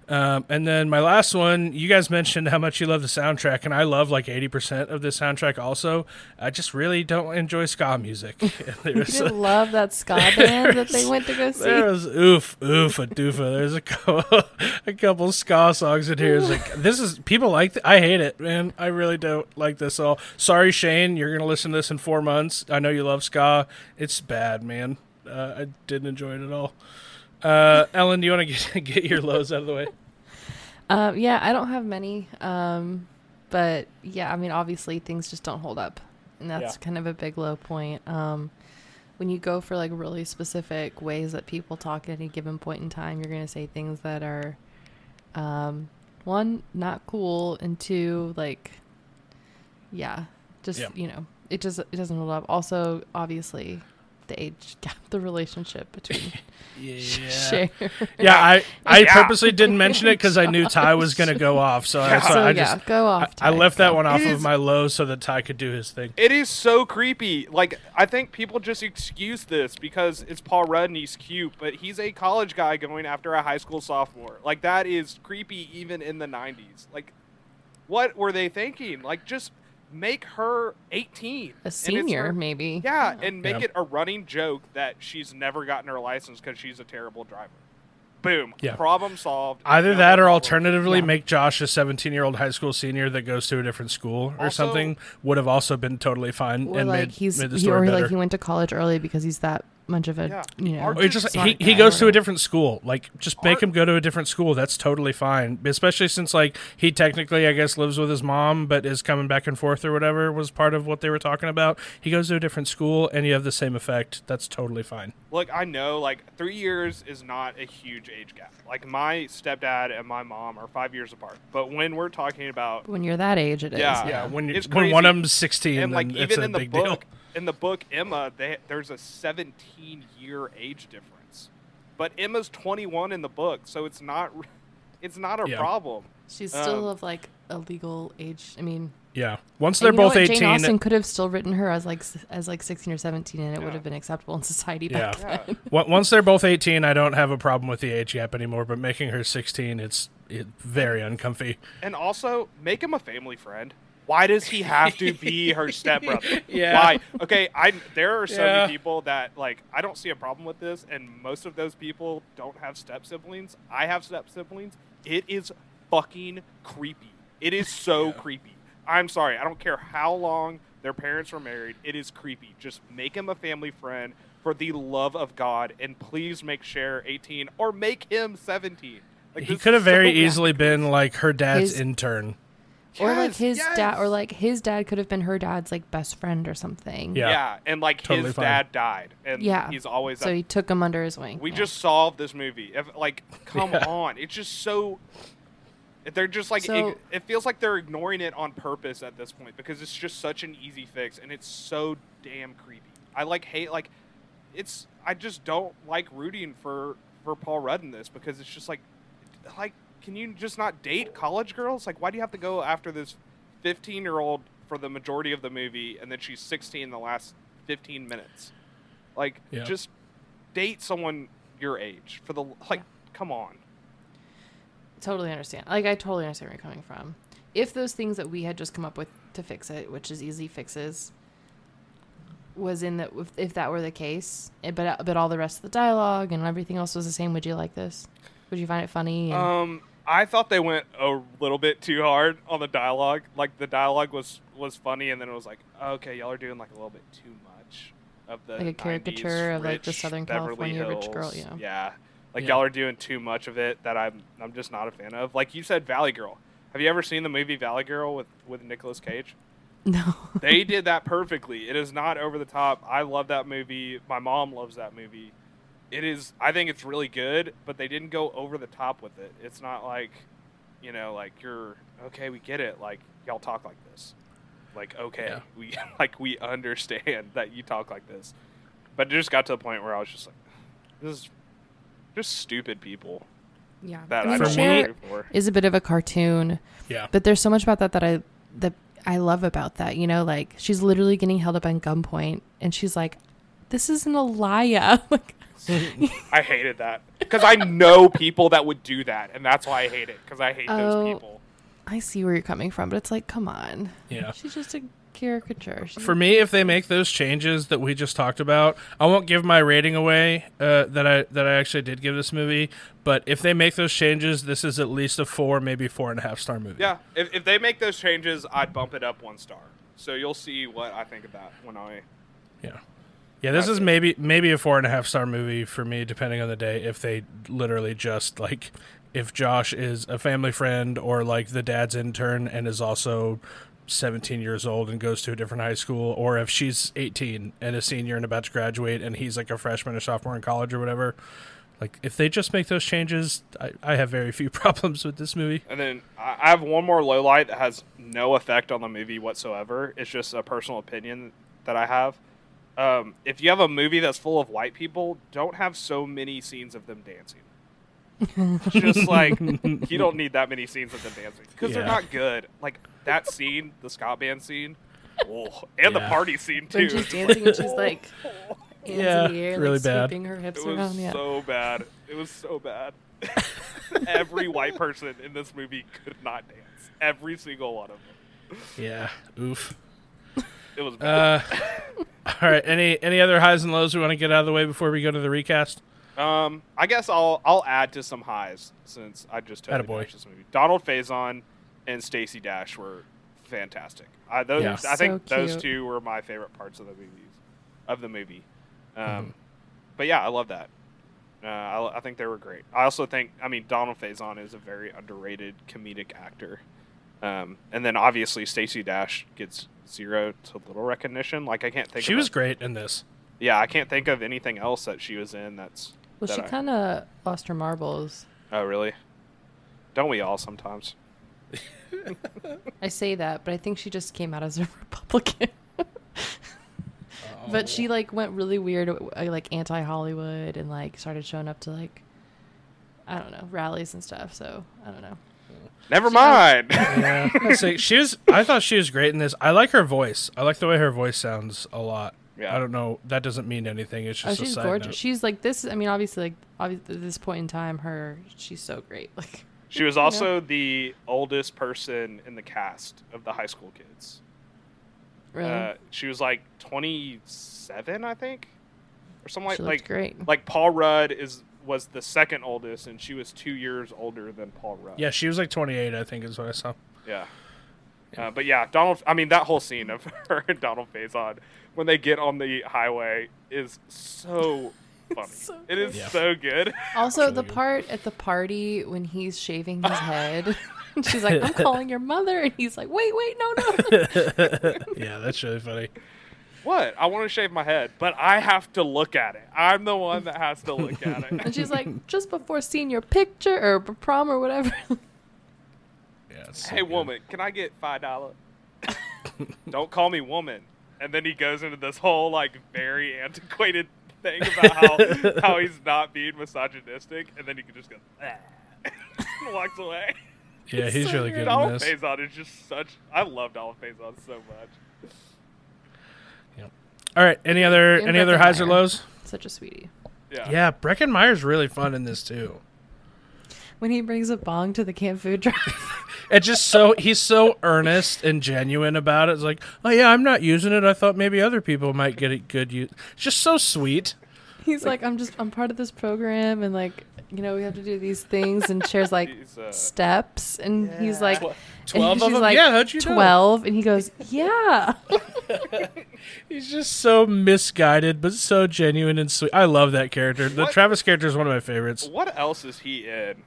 A: Um, and then my last one, you guys mentioned how much you love the soundtrack, and I love like eighty percent of the soundtrack. Also, I just really don't enjoy ska music. And there's
B: Did love that ska band that they went to go see?
A: there was oof, oof, a doofa. There's a couple, a couple ska songs in here. It's like this is people like. Th- I hate it, man. I really don't like this at all. Sorry, Shane. You're gonna listen to this in four months. I know you love ska. It's bad, man. Uh, I didn't enjoy it at all. Uh, Ellen, do you want to get, get your lows out of the way?
B: Um, yeah, I don't have many. Um, but yeah, I mean, obviously things just don't hold up, and that's
A: Yeah.
B: kind of a big low point. Um, when you go for like really specific ways that people talk at any given point in time, you're gonna say things that are, um, one, not cool, and two, like, yeah, just
A: Yeah.
B: you know, it just it doesn't hold up. Also, obviously, the age gap, the relationship between
A: Yeah.
B: share.
A: Yeah, I, I
C: Yeah.
A: purposely didn't mention it because I knew Ty was going to go off. So that's why
B: so
A: I
B: yeah,
A: just
B: go
A: I,
B: off.
A: I
B: Ty,
A: left
B: go.
A: that one off
C: It
A: of
C: is-
A: my low so that Ty could do his thing.
C: It is so creepy. Like I think people just excuse this because it's Paul Rudd and he's cute, but he's a college guy going after a high school sophomore. Like that is creepy even in the 90s. Like what were they thinking? Like just make her 18. and
B: a
C: it's
B: senior,
C: her-
B: maybe.
C: Yeah, and make
A: Yeah.
C: it a running joke that she's never gotten her license cuz she's a terrible driver. Boom.
A: Yeah.
C: Problem solved.
A: Either
C: No
A: that or
C: problem.
A: alternatively
B: Yeah.
A: make Josh a 17 year old high school senior that goes to a different school or
C: Also-
A: something would have also been totally fine
B: or
A: and
B: like
A: made,
B: he's
A: made the
B: he, or
A: story
B: he,
A: better.
B: like he went to college early because he's that much of a
C: Yeah.
B: you know.
C: Or
A: Or it's just he,
B: smart
A: he
B: guy,
A: goes to
B: whatever.
A: a different school. Like just make
C: Art-
A: him go to a different school. That's totally fine. Especially since like he technically I guess lives with his mom but is coming back and forth or whatever was part of what they were talking about. He goes to a different school and you have the same effect. That's totally fine.
C: Look, I know like three years is not a huge age gap. Like my stepdad and my mom are five years apart. But when we're talking about
B: When you're that age, it is.
C: Yeah.
A: Yeah, when you,
C: It's
A: when one of
C: crazy.
A: them's 16
C: and like
A: then it's
C: even
A: a
C: in the
A: big
C: book
A: deal.
C: in the book Emma, they, there's a 17 year age difference. But Emma's 21 in the book, so it's not it's not a
A: Yeah.
C: problem.
B: She's
C: Um,
B: still of like a legal age. I mean,
A: Yeah. Once
B: and
A: they're
B: you know
A: both
B: what?
A: 18
B: Jane Austen could have still written her as like s- as like 16 or 17, and it
C: Yeah.
B: would have been acceptable in society
A: Yeah.
B: back
C: Yeah.
B: then.
A: on- once they're both 18 I don't have a problem with the age gap anymore, but making her 16 it's it, very uncomfy.
C: And also, make him a family friend. Why does he have to be her stepbrother?
A: Yeah.
C: Why? Okay, I there are so
A: Yeah.
C: many people that like I don't see a problem with this, and most of those people don't have step siblings. I have step siblings. It is fucking creepy. It is so creepy. I'm sorry. I don't care how long their parents were married. It is creepy. Just make him a family friend for the love of God, and please make Cher 18 or make him 17. Like,
A: he
C: this
A: could have
C: is so
A: very
C: wack-
A: easily been like her dad's
B: His-
A: intern.
B: or like
C: Yes,
B: his dad, or
C: yes.
B: like his dad could have been her dad's like best friend or something.
A: Yeah.
C: Yeah. and like
A: Totally
C: his
A: fine.
C: dad died, and
B: Yeah.
C: he's always.
B: So
C: up-
B: he took him under his wing.
C: we
B: yeah.
C: just solved this movie. If, like, come
A: Yeah.
C: on! It's just so. They're just like
B: So-
C: ig- it feels like they're ignoring it on purpose at this point because it's just such an easy fix, and it's so damn creepy. I like hate like, it's I just don't like rooting for for Paul Rudd in this because it's just like, like can you just not date college girls? Like, why do you have to go after this fifteen year old for the majority of the movie, and then she's sixteen the last fifteen minutes? Like,
A: Yeah.
C: just date someone your age for the like. Come on.
B: totally understand. Like I totally understand where you're coming from. If those things that we had just come up with to fix it, which is easy fixes, was in that if, if that were the case, eh, but but all the rest of the dialogue and everything else was the same, would you like this? Would you find it funny?
A: Mm-hmm.
B: And,
C: Um, I thought they went a little bit too hard on the dialogue. Like the dialogue was was funny, and then it was like, okay, y'all are doing like a little bit too much of the
B: Like a
C: 90s
B: caricature of, like, the
C: rich
B: Southern
C: Beverly
B: California rich girl,
C: Hills.
B: yeah.
C: yeah. Like
A: Yeah.
C: y'all are doing too much of it that I'm I'm just not a fan of. Like you said, Valley Girl. Have you ever seen the movie Valley Girl with with Nicolas Cage?
B: no,
C: they did that perfectly. It is not over the top. I love that movie. My mom loves that movie. It is. I think it's really good, but they didn't go over the top with it. It's not like, you know, like you're okay. We get it. Like y'all talk like this. Like okay,
A: Yeah.
C: we like we understand that you talk like this. But it just got to the point where I was just like, this is just stupid people
B: yeah. I
C: that I
B: mean,
A: For
C: don't
B: Cher
C: want to root for.
B: is a bit of a cartoon.
A: Yeah.
B: But there's so much about that that I that I love about that. You know, like she's literally getting held up on gunpoint, and she's like, "This isn't a lie." like,
C: I hated that because I know people that would do that, and that's why I hate it because I hate
B: Oh.
C: those people.
B: I see where you're coming from, but it's like, come on.
A: Yeah.
B: She's just a caricature. She,
A: For me, if they make those changes that we just talked about, I won't give my rating away uh, that I that I actually did give this movie. But if they make those changes, this is at least a four, maybe four and a half star movie.
C: Yeah, if, if they make those changes, I'd bump it up one star. So you'll see what I think of that when I.
A: yeah, yeah. This is maybe maybe a four and a half star movie for me, depending on the day. If they literally just like if Josh is a family friend or like the dad's intern and is also 17 years old and goes to a different high school, or if she's 18 and a senior and about to graduate and he's like a freshman or sophomore in college or whatever. Like, if they just make those changes, I, I have very few problems with this movie.
C: And then I I have one more low light that has no effect on the movie whatsoever. It's just a personal opinion that I have. Um, if you have a movie that's full of white people, don't have so many scenes of them dancing. just like you don't need that many scenes of them dancing because they're
A: Yeah.
C: not good. Like that scene, the Scott band scene, oh, and the
A: Yeah.
C: party scene too.
B: When she's dancing and she's like hands
A: Yeah,
B: in the air,
A: really
B: like
A: bad.
B: sweeping her hips
C: It
B: around.
C: was
B: Yeah.
C: so bad. It was so bad. Every white person in this movie could not dance. Every single one of them.
A: Yeah. Oof.
C: It was bad.
A: Uh, all right. Any any other highs and lows we want to get out of the way before we go to the recast?
C: Um, I guess I'll I'll add to some highs since I just totally
A: Attaboy.
C: watched this movie. Donald Faison and Stacey Dash were fantastic. I those
A: Yeah.
C: I think
B: So
C: those
B: cute.
C: two were my favorite parts of the movies of the movie. Um,
A: Mm-hmm.
C: but yeah, I love that. Uh, I, I think they were great. I also think I mean Donald Faison is a very underrated comedic actor. Um, and then obviously Stacey Dash gets zero to little recognition. Like I can't think
A: She
C: of
A: was
C: a-
A: great in this.
C: yeah I can't think of anything else that she was in that's
B: Well,
C: that
B: she
C: I-
B: kind of lost her marbles.
C: Oh, really? Don't we all sometimes?
B: I say that, but I think she just came out as a Republican. But
C: Oh.
B: she like went really weird, uh, like anti Hollywood, and like started showing up to like, I don't know, rallies and stuff. So I don't know.
C: Never mind.
A: Yeah. Let's see, she was. I thought she was great in this. I like her voice. I like the way her voice sounds a lot.
C: Yeah.
A: I don't know. That doesn't mean anything. It's
B: Oh,
A: just a
B: she's
A: side
B: gorgeous.
A: note.
B: She's like this. I mean, obviously, like obviously, at this point in time, her she's so great. Like,
C: she was also the oldest person in the cast of the high school kids.
B: really,
C: Uh, she was like 27, I think, or something like
B: she looked
C: like
B: great.
C: like Paul Rudd is was the second oldest, and she was two years older than Paul Rudd.
A: yeah, she was like 28, I think, is what I saw.
C: Yeah. Uh, but yeah, Donald. I mean, that whole scene of her and Donald Faison when they get on the highway is so funny.
B: so
C: it is
A: good. Yeah.
C: so good.
B: also, the
A: Really good.
B: part at the party when he's shaving his head, and she's like, "I'm calling your mother," and he's like, "Wait, wait, no, no."
A: Yeah, that's really funny.
C: What? I want to shave my head, but I have to look at it. I'm the one that has to look at
B: And
C: it.
B: she's like, just before seeing your picture or p- prom or whatever.
A: Yeah, it's so
C: hey,
A: good.
C: woman, can I get five dollar? Don't call me woman. And then he goes into this whole like very antiquated thing about how how he's not being misogynistic, and then he can just go "Ah," and walks away.
A: Yeah, he's
B: so
A: really
B: good.
A: good in
C: Donald
A: this.
C: Faison is just such. I love Donald Faison so much.
A: Yep. All right. Any other
B: And
A: any other highs or
B: Breckenmeyer.
A: lows?
B: Such a sweetie.
C: Yeah.
A: Yeah, Breckenmeyer's really fun in this too.
B: When he brings a bong to the canned food drive.
A: It's just so he's so earnest and genuine about it. It's like, oh yeah, I'm not using it. I thought maybe other people might get it good use. It's just so sweet.
B: He's like, I'm just, I'm part of this program and like, you know, we have to do these things. And Cher's like,
C: He's, uh,
B: steps. And he's like,
C: Tw-
B: and
A: 12 of
B: she's
A: them?
B: Like,
A: Yeah, how'd you know?
B: 12. And he goes, yeah.
A: He's just so misguided, but so genuine and sweet. I love that character. The
C: What?
A: Travis character is one of my favorites.
C: What else is he in?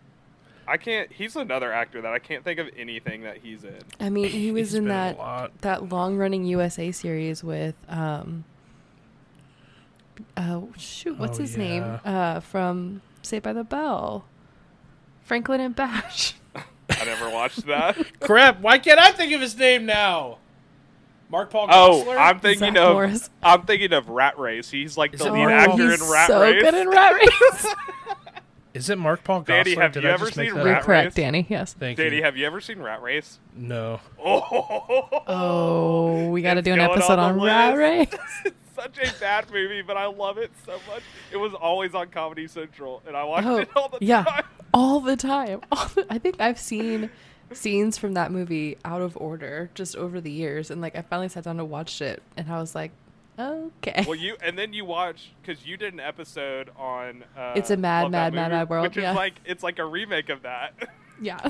C: I can't. He's another actor that I can't think of anything that he's in.
B: I mean, he was
A: He's
B: in
A: been in a
B: that,
A: lot.
B: that long running USA series with, um, oh shoot, what's
A: Oh,
B: his name?
A: yeah.
B: Uh, from Saved by the Bell. Franklin and Bash.
C: I never watched that.
A: Crap! Why can't I think of his name now? Mark Paul.
C: oh,
A: Gosselaar?
C: I'm thinking
B: Zach
C: of
B: Morris.
C: I'm thinking of Rat Race. He's like the
A: it
C: lead
A: Mark Paul?
C: actor
B: Oh, he's
C: in Rat
B: so
C: Race.
B: good in Rat Race.
A: Is it Mark Paul?
C: Danny,
A: Gosselaar?
C: have
A: Did
C: you
A: I
C: ever
A: just make
C: seen
A: that
C: Rat
B: You're
A: up?
B: correct,
C: Race?
B: Danny. Yes.
A: Thank
C: Danny,
A: you.
C: have you ever seen Rat Race?
A: no.
C: Oh,
B: Oh, we got to
C: It's
B: do an
C: going
B: episode
C: on
B: on,
C: the
B: Rat Race.
C: list. it's such a bad movie, but I love it so much. It was always on Comedy Central, and I watched
B: Oh,
C: it all the
B: yeah,
C: time.
B: all the time. All the- I think I've seen scenes from that movie out of order just over the years, and like I finally sat down to watch it, and I was like, okay.
C: Well, you and then you watch because you did an episode on. Uh,
B: It's a Mad,
C: Love That
B: Mad, Mad,
C: Movie,
B: Mad World,
C: which
B: yeah.
C: is like it's like a remake of that.
B: Yeah.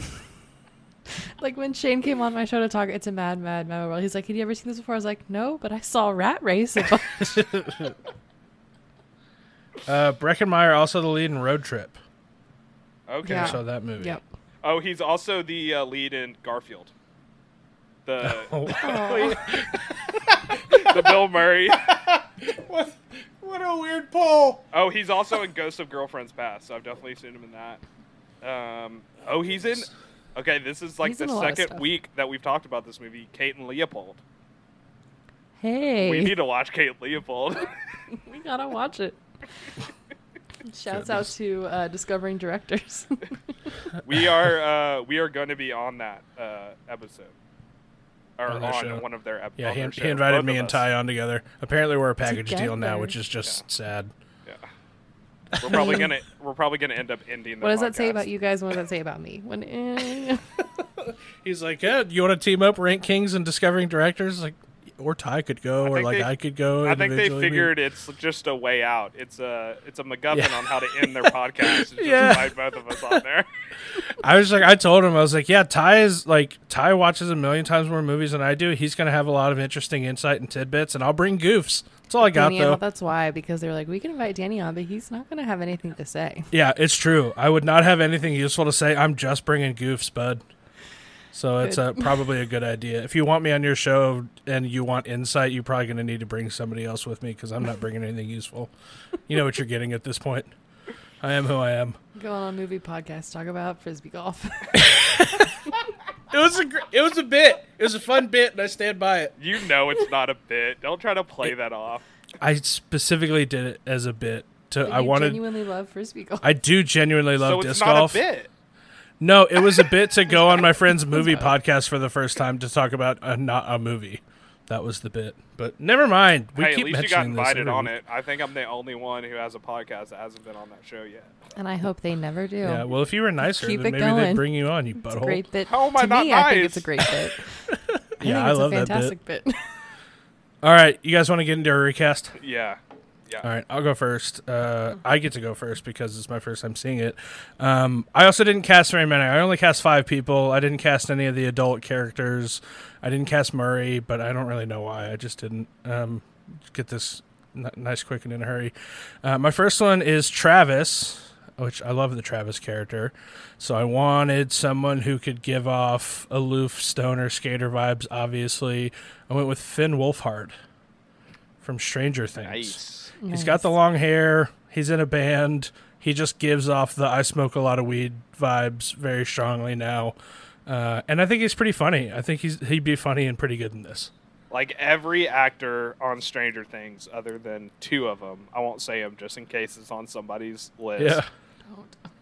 B: like when Shane came on my show to talk, it's a mad, mad, mad world. He's like, "Had you ever seen this before?" I was like, "No," but I saw Rat Race. A bunch.
A: Uh, Breckenmeyer also the lead in Road Trip.
C: Okay.
A: I
B: Yeah.
A: saw that movie.
B: Yep.
C: Oh, he's also the uh, lead in Garfield. The
A: Oh,
B: Oh,
C: the Bill Murray.
D: What? What a weird poll.
C: Oh, he's also in Ghosts of Girlfriends Past. So I've definitely seen him in that. Um, oh, he's in. Okay, this is like
B: He's in
C: the
B: a lot of
C: second
B: stuff.
C: week that we've talked about this movie, Kate and Leopold.
B: hey,
C: We need to watch Kate and Leopold.
B: we gotta watch it. Shouts out
A: Goodness.
B: to uh, discovering directors.
C: we are uh, we are going to be on that uh, episode, or
A: On
C: on,
A: their show.
C: one of their episodes.
A: yeah, he, he invited me and Ty on together. Apparently, we're a package deal now,
B: Together.
A: which is just sad.
C: Yeah. We're probably gonna we're probably gonna end up ending. The
B: what does that say
C: podcast.
B: about you guys? What does that say about me? When eh.
A: He's like, yeah, you want to team up, rank kings and discovering directors? Like, or Ty could go, or
C: think
A: like
C: they-
A: I could go.
C: I think they
A: individually.
C: figured it's just a way out. It's a it's a MacGuffin
A: Yeah.
C: on how to end their podcast. It's just
A: Yeah.
C: invite both of us on there.
A: I was like, I told him, I was like, yeah, Ty is like, Ty watches a million times more movies than I do. He's gonna have a lot of interesting insight and tidbits, and I'll bring goofs. That's all I got
B: Danny, I
A: though.
B: thought that's why, because they were like, we can invite Danny on, but he's not gonna have anything to say.
A: Yeah, it's true. I would not have anything useful to say. I'm just bringing goofs, bud. So it's uh, probably a good idea. If you want me on your show and you want insight, you're probably going to need to bring somebody else with me because I'm not bringing anything useful. You know what you're getting at this point. I am who I am.
B: Go on a movie podcast, talk about frisbee golf.
A: It was a gr- it was a bit. It was a fun bit, and I stand by it.
C: You know it's not a bit. Don't try to play that off.
A: I specifically did it as a bit. To
B: But
A: I
B: you
A: wanted.
B: genuinely love frisbee golf.
A: I do genuinely love
C: so it's
A: disc
C: not
A: golf.
C: a bit.
A: No, it was a bit to go on my friend's movie podcast for the first time to talk about a, not a movie. That was the bit. But never mind. We
C: hey, at
A: keep
C: least you got
A: mentioning this
C: invited
A: every
C: on
A: week.
C: it. I think I'm the only one who has a podcast that hasn't been on that show yet.
B: and I hope they never do.
A: Yeah, well, if you were nicer,
B: Keep
A: then
B: it
A: maybe they'd
B: going.
A: bring you on, you
B: it's a
A: butthole.
B: great bit.
C: How am I
B: to
C: not
B: me, I think it's a
C: nice?
B: great bit. I
A: Yeah,
B: think
A: I
B: it's
A: love
B: a
A: that
B: fantastic bit.
A: All right, you guys want to get into a recast?
C: Yeah. Mm-hmm.
A: All right, I'll go first. Uh, I get to go first because it's my first time seeing it. Um, I also didn't cast very many. I only cast five people. I didn't cast any of the adult characters. I didn't cast Murray, but I don't really know why. I just didn't um, get this n- nice, quick, and in a hurry. Uh, my first one is Travis, which I love the Travis character. So I wanted someone who could give off aloof stoner skater vibes. Obviously, I went with Finn Wolfhard from Stranger Things.
C: Nice.
A: He's got the
B: Nice.
A: long hair. He's in a band. He just gives off the I smoke a lot of weed vibes very strongly now. Uh, and I think he's pretty funny. I think he's he'd be funny and pretty good in this.
C: Like every actor on Stranger Things, other than two of them, I won't say them just in case it's on somebody's list.
A: Yeah.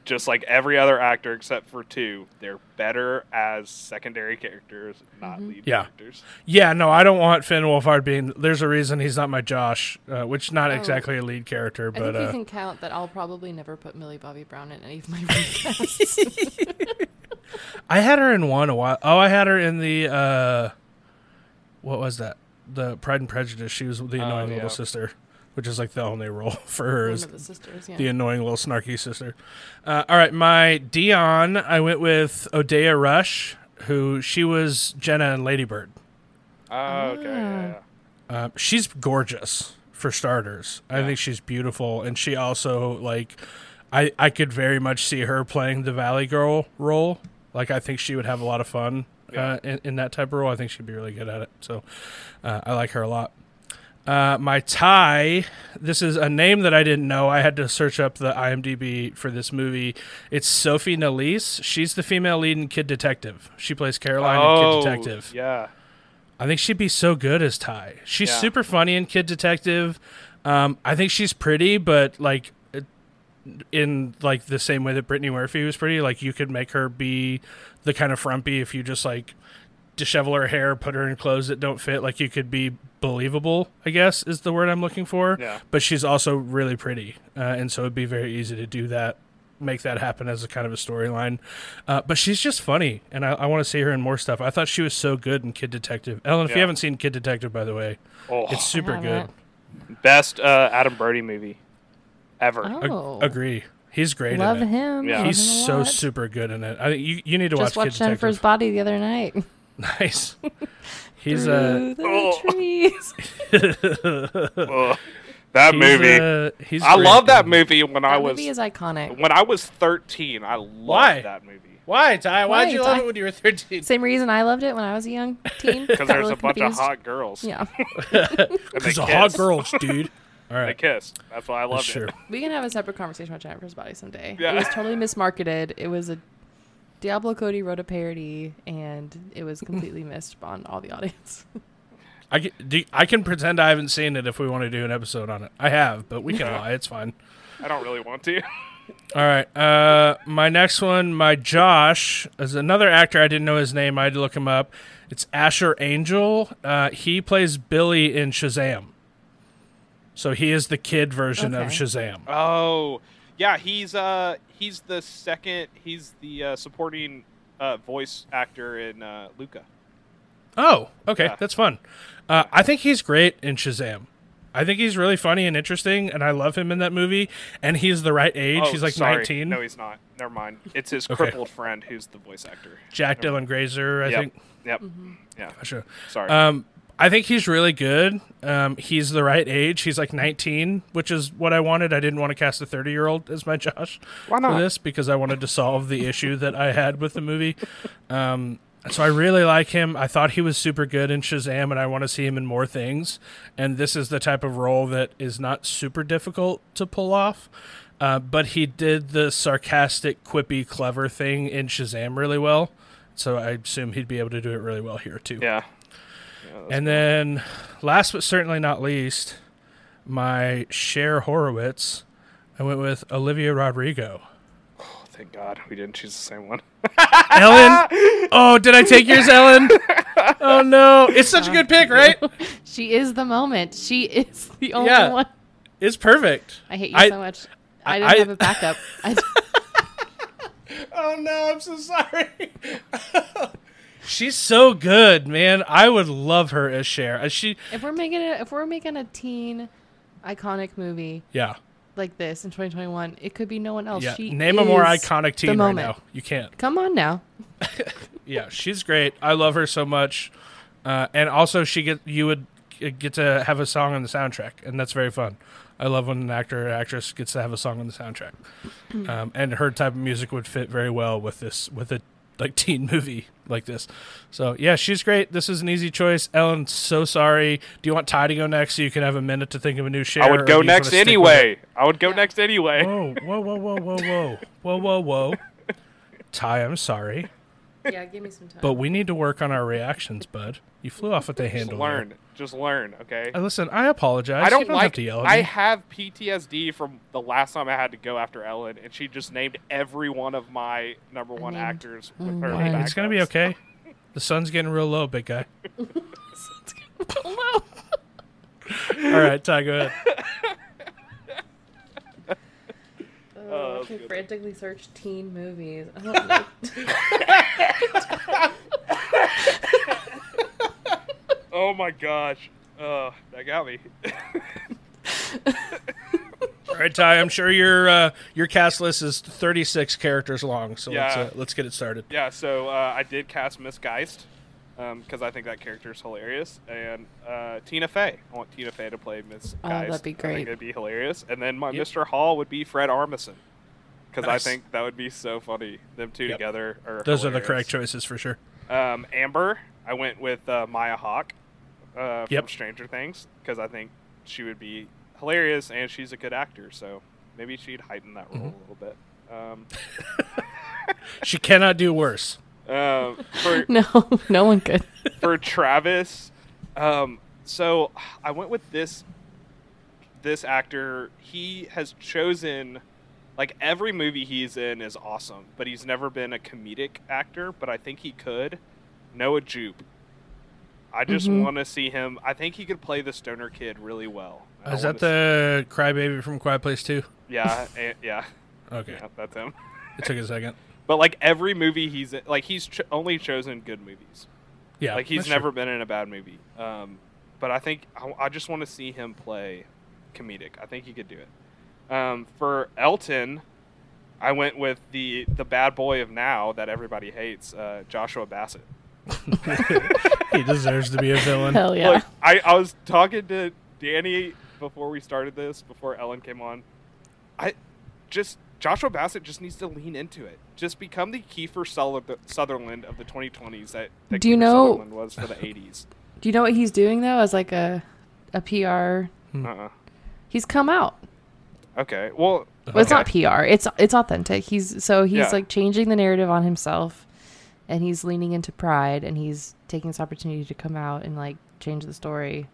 C: Just like every other actor except for two, they're better as secondary characters, not lead
A: Mm-hmm. Yeah.
C: characters.
A: Yeah, no, I don't want Finn Wolfhard being there's a reason he's not my Josh, uh, which not
B: Oh.
A: exactly a lead character,
B: I think
A: but
B: you
A: uh,
B: can count that I'll probably never put Millie Bobby Brown in any of my recasts.
A: I had her in one a while. Oh, I had her in the uh, what was that? The Pride and Prejudice. She was the annoying
C: yeah.
A: little sister, which is like the only role for her
B: One
A: is
B: of the sisters, yeah.
A: the annoying little snarky sister. Uh, all right, my Dion, I went with Odea Rush, who she was Jenna and Ladybird.
C: Oh, okay. Yeah, yeah.
A: Uh, she's gorgeous for starters. I think she's beautiful, and she also like, I I could very much see her playing the Valley Girl role. Like I think she would have a lot of fun uh, in, in that type of role. I think she'd be really good at it. So uh, I like her a lot. Uh, my tie. This is a name that I didn't know. I had to search up the IMDb for this movie. It's Sophie Nelise. She's the female lead in Kid Detective. She plays Caroline
C: oh,
A: in Kid Detective.
C: Yeah.
A: I think she'd be so good as Ty. She's
C: Yeah.
A: super funny in Kid Detective. Um, I think she's pretty, but like it- in like the same way that Brittany Murphy was pretty, like you could make her be the kind of frumpy if you just like dishevel her hair, put her in clothes that don't fit. Like you could be believable, I guess is the word I'm looking for.
C: Yeah.
A: But she's also really pretty, uh, and so it'd be very easy to do that. Make that happen as a kind of a storyline, uh, but she's just funny, and I, I want to see her in more stuff. I thought she was so good in Kid Detective. Ellen, if you
C: Yeah.
A: haven't seen Kid Detective, by the way,
C: Oh,
A: it's super good.
B: haven't.
C: best uh, Adam Brody movie ever.
A: Ag-
B: Oh,
A: agree, he's great.
B: love
A: in it.
B: him.
C: Yeah.
B: love
A: He's
B: him a
A: so
B: lot.
A: super good in it. I think you, you need to
B: Just
A: watch
B: watched
A: Kid
B: Jennifer's
A: Detective.
B: body the other night.
A: Nice. He's
B: Through
A: uh
B: the
C: Oh.
B: trees.
C: Ugh. That
A: He's,
C: movie.
A: uh, he's
C: I
A: great.
C: love that movie when I
B: That
C: was
B: movie is iconic.
C: when I was 13. I loved
A: Why?
C: that movie
A: Why, Ty? Why'd
B: Why,
A: you love
B: Ty?
A: it when you were 13?
B: Same reason I loved it when I was a young teen. Got
C: because there's
B: really
C: a bunch
B: confused.
C: of hot girls.
B: Yeah,
C: and they
A: Because of hot
C: kiss.
A: girls, dude. All
C: They
A: right.
C: kissed. That's why I loved
A: Sure.
C: it.
B: we can have a separate conversation about Jennifer's Body someday.
C: Yeah.
B: It was totally mismarketed. It was a Diablo Cody wrote a parody, and it was completely missed on all the audience.
A: I can, do, I can pretend I haven't seen it if we want to do an episode on it. I have, but we can lie. It's fine.
C: I don't really want to.
A: All right. Uh, my next one, my Josh, is another actor. I didn't know his name. I had to look him up. It's Asher Angel. Uh, he plays Billy in Shazam. So he is the kid version of
B: Okay.
A: Shazam.
C: Oh, yeah. He's uh he's the second. He's the uh, supporting uh, voice actor in uh, Luca.
A: Oh, okay,
C: Yeah.
A: that's fun. Uh, I think he's great in Shazam. I think he's really funny and interesting, and I love him in that movie. And he's the right age.
C: Oh,
A: he's like
C: sorry.
A: 19.
C: No, he's not. Never mind. It's his
A: Okay.
C: crippled friend who's the voice actor.
A: Jack Dylan Grazer, I
C: yep.
A: think.
C: Yep.
B: Mm-hmm.
C: Yeah.
A: Gotcha.
C: Sorry.
A: Um, I think he's really good. Um, he's the right age. He's like 19, which is what I wanted. I didn't want to cast a 30 year old as my Josh
C: Why
A: for
C: not?
A: this because I wanted to solve the issue that I had with the movie. Um, so I really like him. I thought he was super good in Shazam, and I want to see him in more things. And this is the type of role that is not super difficult to pull off. Uh, but he did the sarcastic, quippy, clever thing in Shazam really well. So I assume he'd be able to do it really well here too.
C: yeah.
A: And then, last but certainly not least, my Cher Horowitz. I went with Olivia Rodrigo.
C: Oh, thank God we didn't choose the same one.
A: Ellen. Oh, did I take yours, Ellen? Oh no, it's such a good pick, right?
B: she is the moment. She is the only
A: Yeah.
B: one.
A: It's perfect.
B: I hate you
A: I-
B: so much. I,
A: I-
B: didn't
A: I-
B: have a backup. I,
D: Oh no, I'm so sorry.
A: She's so good, man. I would love her as Cher. As she,
B: if we're making a, if we're making a teen iconic movie
A: yeah,
B: like this in 2021, it could be no one else.
A: yeah.
B: She
A: Name a more
B: is
A: iconic
B: the
A: teen right
B: moment.
A: now. You can't.
B: Come on now.
A: Yeah, she's great. I love her so much. Uh, and also, she get you would g- get to have a song on the soundtrack, and that's very fun. I love when an actor or actress gets to have a song on the soundtrack. Um, and her type of music would fit very well with this with a like teen movie like this. So yeah, she's great. This is an easy choice. Ellen, so sorry. Do you want Ty to go next so you can have a minute to think of a new share?
C: I
A: or
C: would go
A: do you wanna
C: next
A: stick with it?
C: anyway. I would go next anyway.
A: Whoa, whoa, whoa, whoa, whoa, whoa, whoa, whoa, whoa. Ty, I'm sorry.
B: Yeah, give me some time.
A: But we need to work on our reactions, bud. You flew off at the handle.
C: Just
A: there.
C: learn. Just learn. Okay.
A: Uh, listen, I apologize.
C: I don't,
A: you don't
C: like.
A: have to yell at
C: I
A: me.
C: have PTSD from the last time I had to go after Ellen, and she just named every one of my number one
B: named
C: actors with her.
B: one.
A: it's gonna be
C: backups.
A: okay. The sun's getting real low, big guy.
B: Hello.
A: All right, Ty, go ahead.
B: Oh, I
C: that's good.
B: frantically search teen movies. I don't know.
C: Oh my gosh, uh, that got me.
A: All right, Ty. I'm sure your uh, your cast list is 36 characters long, so
C: Yeah.
A: let's uh, let's get it started.
C: yeah, so uh, I did cast Miss Geist because I think that character is hilarious, and uh, Tina Fey. I want Tina Fey to play Miss
B: Oh,
C: Geist.
B: that'd be
C: I
B: great.
C: think it'd be hilarious. And then my
A: Yep.
C: Mr. Hall would be Fred Armisen because
A: Nice.
C: I think that would be so funny. Them two
A: Yep.
C: together are
A: Those are the
C: hilarious.
A: correct choices for sure.
C: Um, Amber, I went with uh, Maya Hawk uh, from
A: Yep.
C: Stranger Things because I think she would be hilarious and she's a good actor, so maybe she'd heighten that role
A: Mm-hmm.
C: a little bit. Um,
A: She cannot do worse.
C: um, for
B: no, no one could.
C: for Travis, um, so I went with this this actor. He has chosen like every movie he's in is awesome, but he's never been a comedic actor. But I think he could. Noah Jupe. I just
B: Mhm.
C: want to see him. I think he could play the stoner kid really well. I
A: Is
C: wanna
A: that the crybaby from Quiet Place Two?
C: see- yeah, eh, yeah,
A: Okay,
C: yeah, that's him.
A: it took a second.
C: But like every movie he's in, like he's ch- only chosen good movies.
A: Yeah,
C: like he's
A: that's true.
C: never been in a bad movie. Um, but I think I, I just want to see him play comedic. I think he could do it. Um, for Elton, I went with the the bad boy of now that everybody hates, uh, Joshua Bassett.
A: he deserves to be a villain.
B: Hell yeah.
C: Look, I, I was talking to Danny bef- before we started this, before Ellen came on. I just Joshua Bassett just needs to lean into it. Just become the Kiefer Suther- Sutherland of the 2020s that, that
B: Do you
C: Kiefer
B: know-
C: Sutherland was for the 80s.
B: Do you know what he's doing though? As like a a PR,
C: Uh-uh.
B: he's come out.
C: Okay. Well,
B: Well, it's not
C: Okay.
B: PR. It's it's authentic. He's so he's
C: Yeah.
B: like changing the narrative on himself, and he's leaning into pride, and he's taking this opportunity to come out and like change the story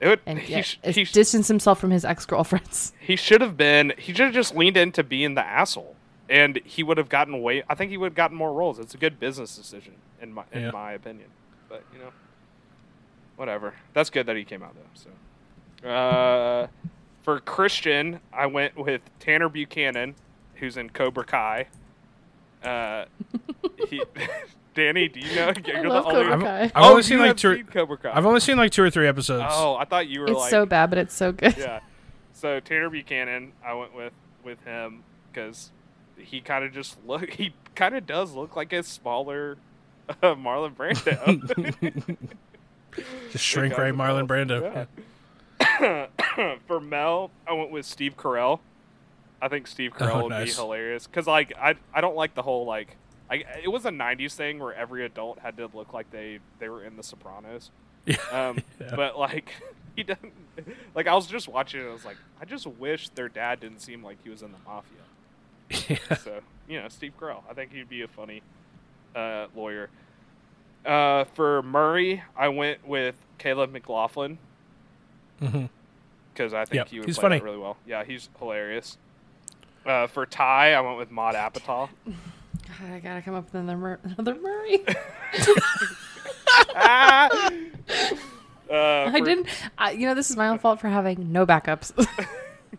C: it would,
B: and
C: he,
B: get,
C: sh-
B: is-
C: he, sh-
B: distance himself from his ex girlfriends.
C: he should have been. He should have just leaned into being the asshole, and he would have gotten way. I think he would have gotten more roles. It's a good business decision, in my in
A: Yeah.
C: my opinion. But you know, whatever. That's good that he came out though. So, uh, for Christian, I went with Tanner Buchanan, who's in Cobra Kai. Uh, he, Danny, do you know? You're the
B: love
C: only-
B: Cobra
A: I've,
B: Kai.
A: I've
C: Oh,
A: only
C: you
A: seen like
C: have
A: two. Or,
C: seen Cobra Kai.
A: I've only seen like two or three episodes.
C: oh, I thought you were
B: It's
C: like
B: so bad, but it's so good.
C: yeah. So Tanner Buchanan, I went with with him because he kind of just look. He kind of does look like a smaller uh, Marlon Brando.
A: Just shrink ray Marlon Brando. Yeah.
C: For Mel, I went with Steve Carell. I think Steve Carell
A: Oh,
C: would be
A: nice.
C: hilarious because like I I don't like the whole like I, it was a '90s thing where every adult had to look like they they were in The Sopranos.
A: Yeah,
C: Um,
A: yeah.
C: But like he doesn't like I was just watching it. and I was like, I just wish their dad didn't seem like he was in the mafia. so you know, Steve Carell. I think he'd be a funny uh, lawyer. Uh, for Murray, I went with Caleb McLaughlin
A: Mhm.
C: because I think
A: Yep,
C: he would
A: he's
C: play
A: funny.
C: that really well. Yeah, he's hilarious. Uh, for Ty, I went with Maud
B: God,
C: Apatow.
B: I gotta come up with another, Mur- another Murray.
C: Ah! Uh,
B: I
C: for-
B: didn't. I, you know, this is my own fault for having no backups.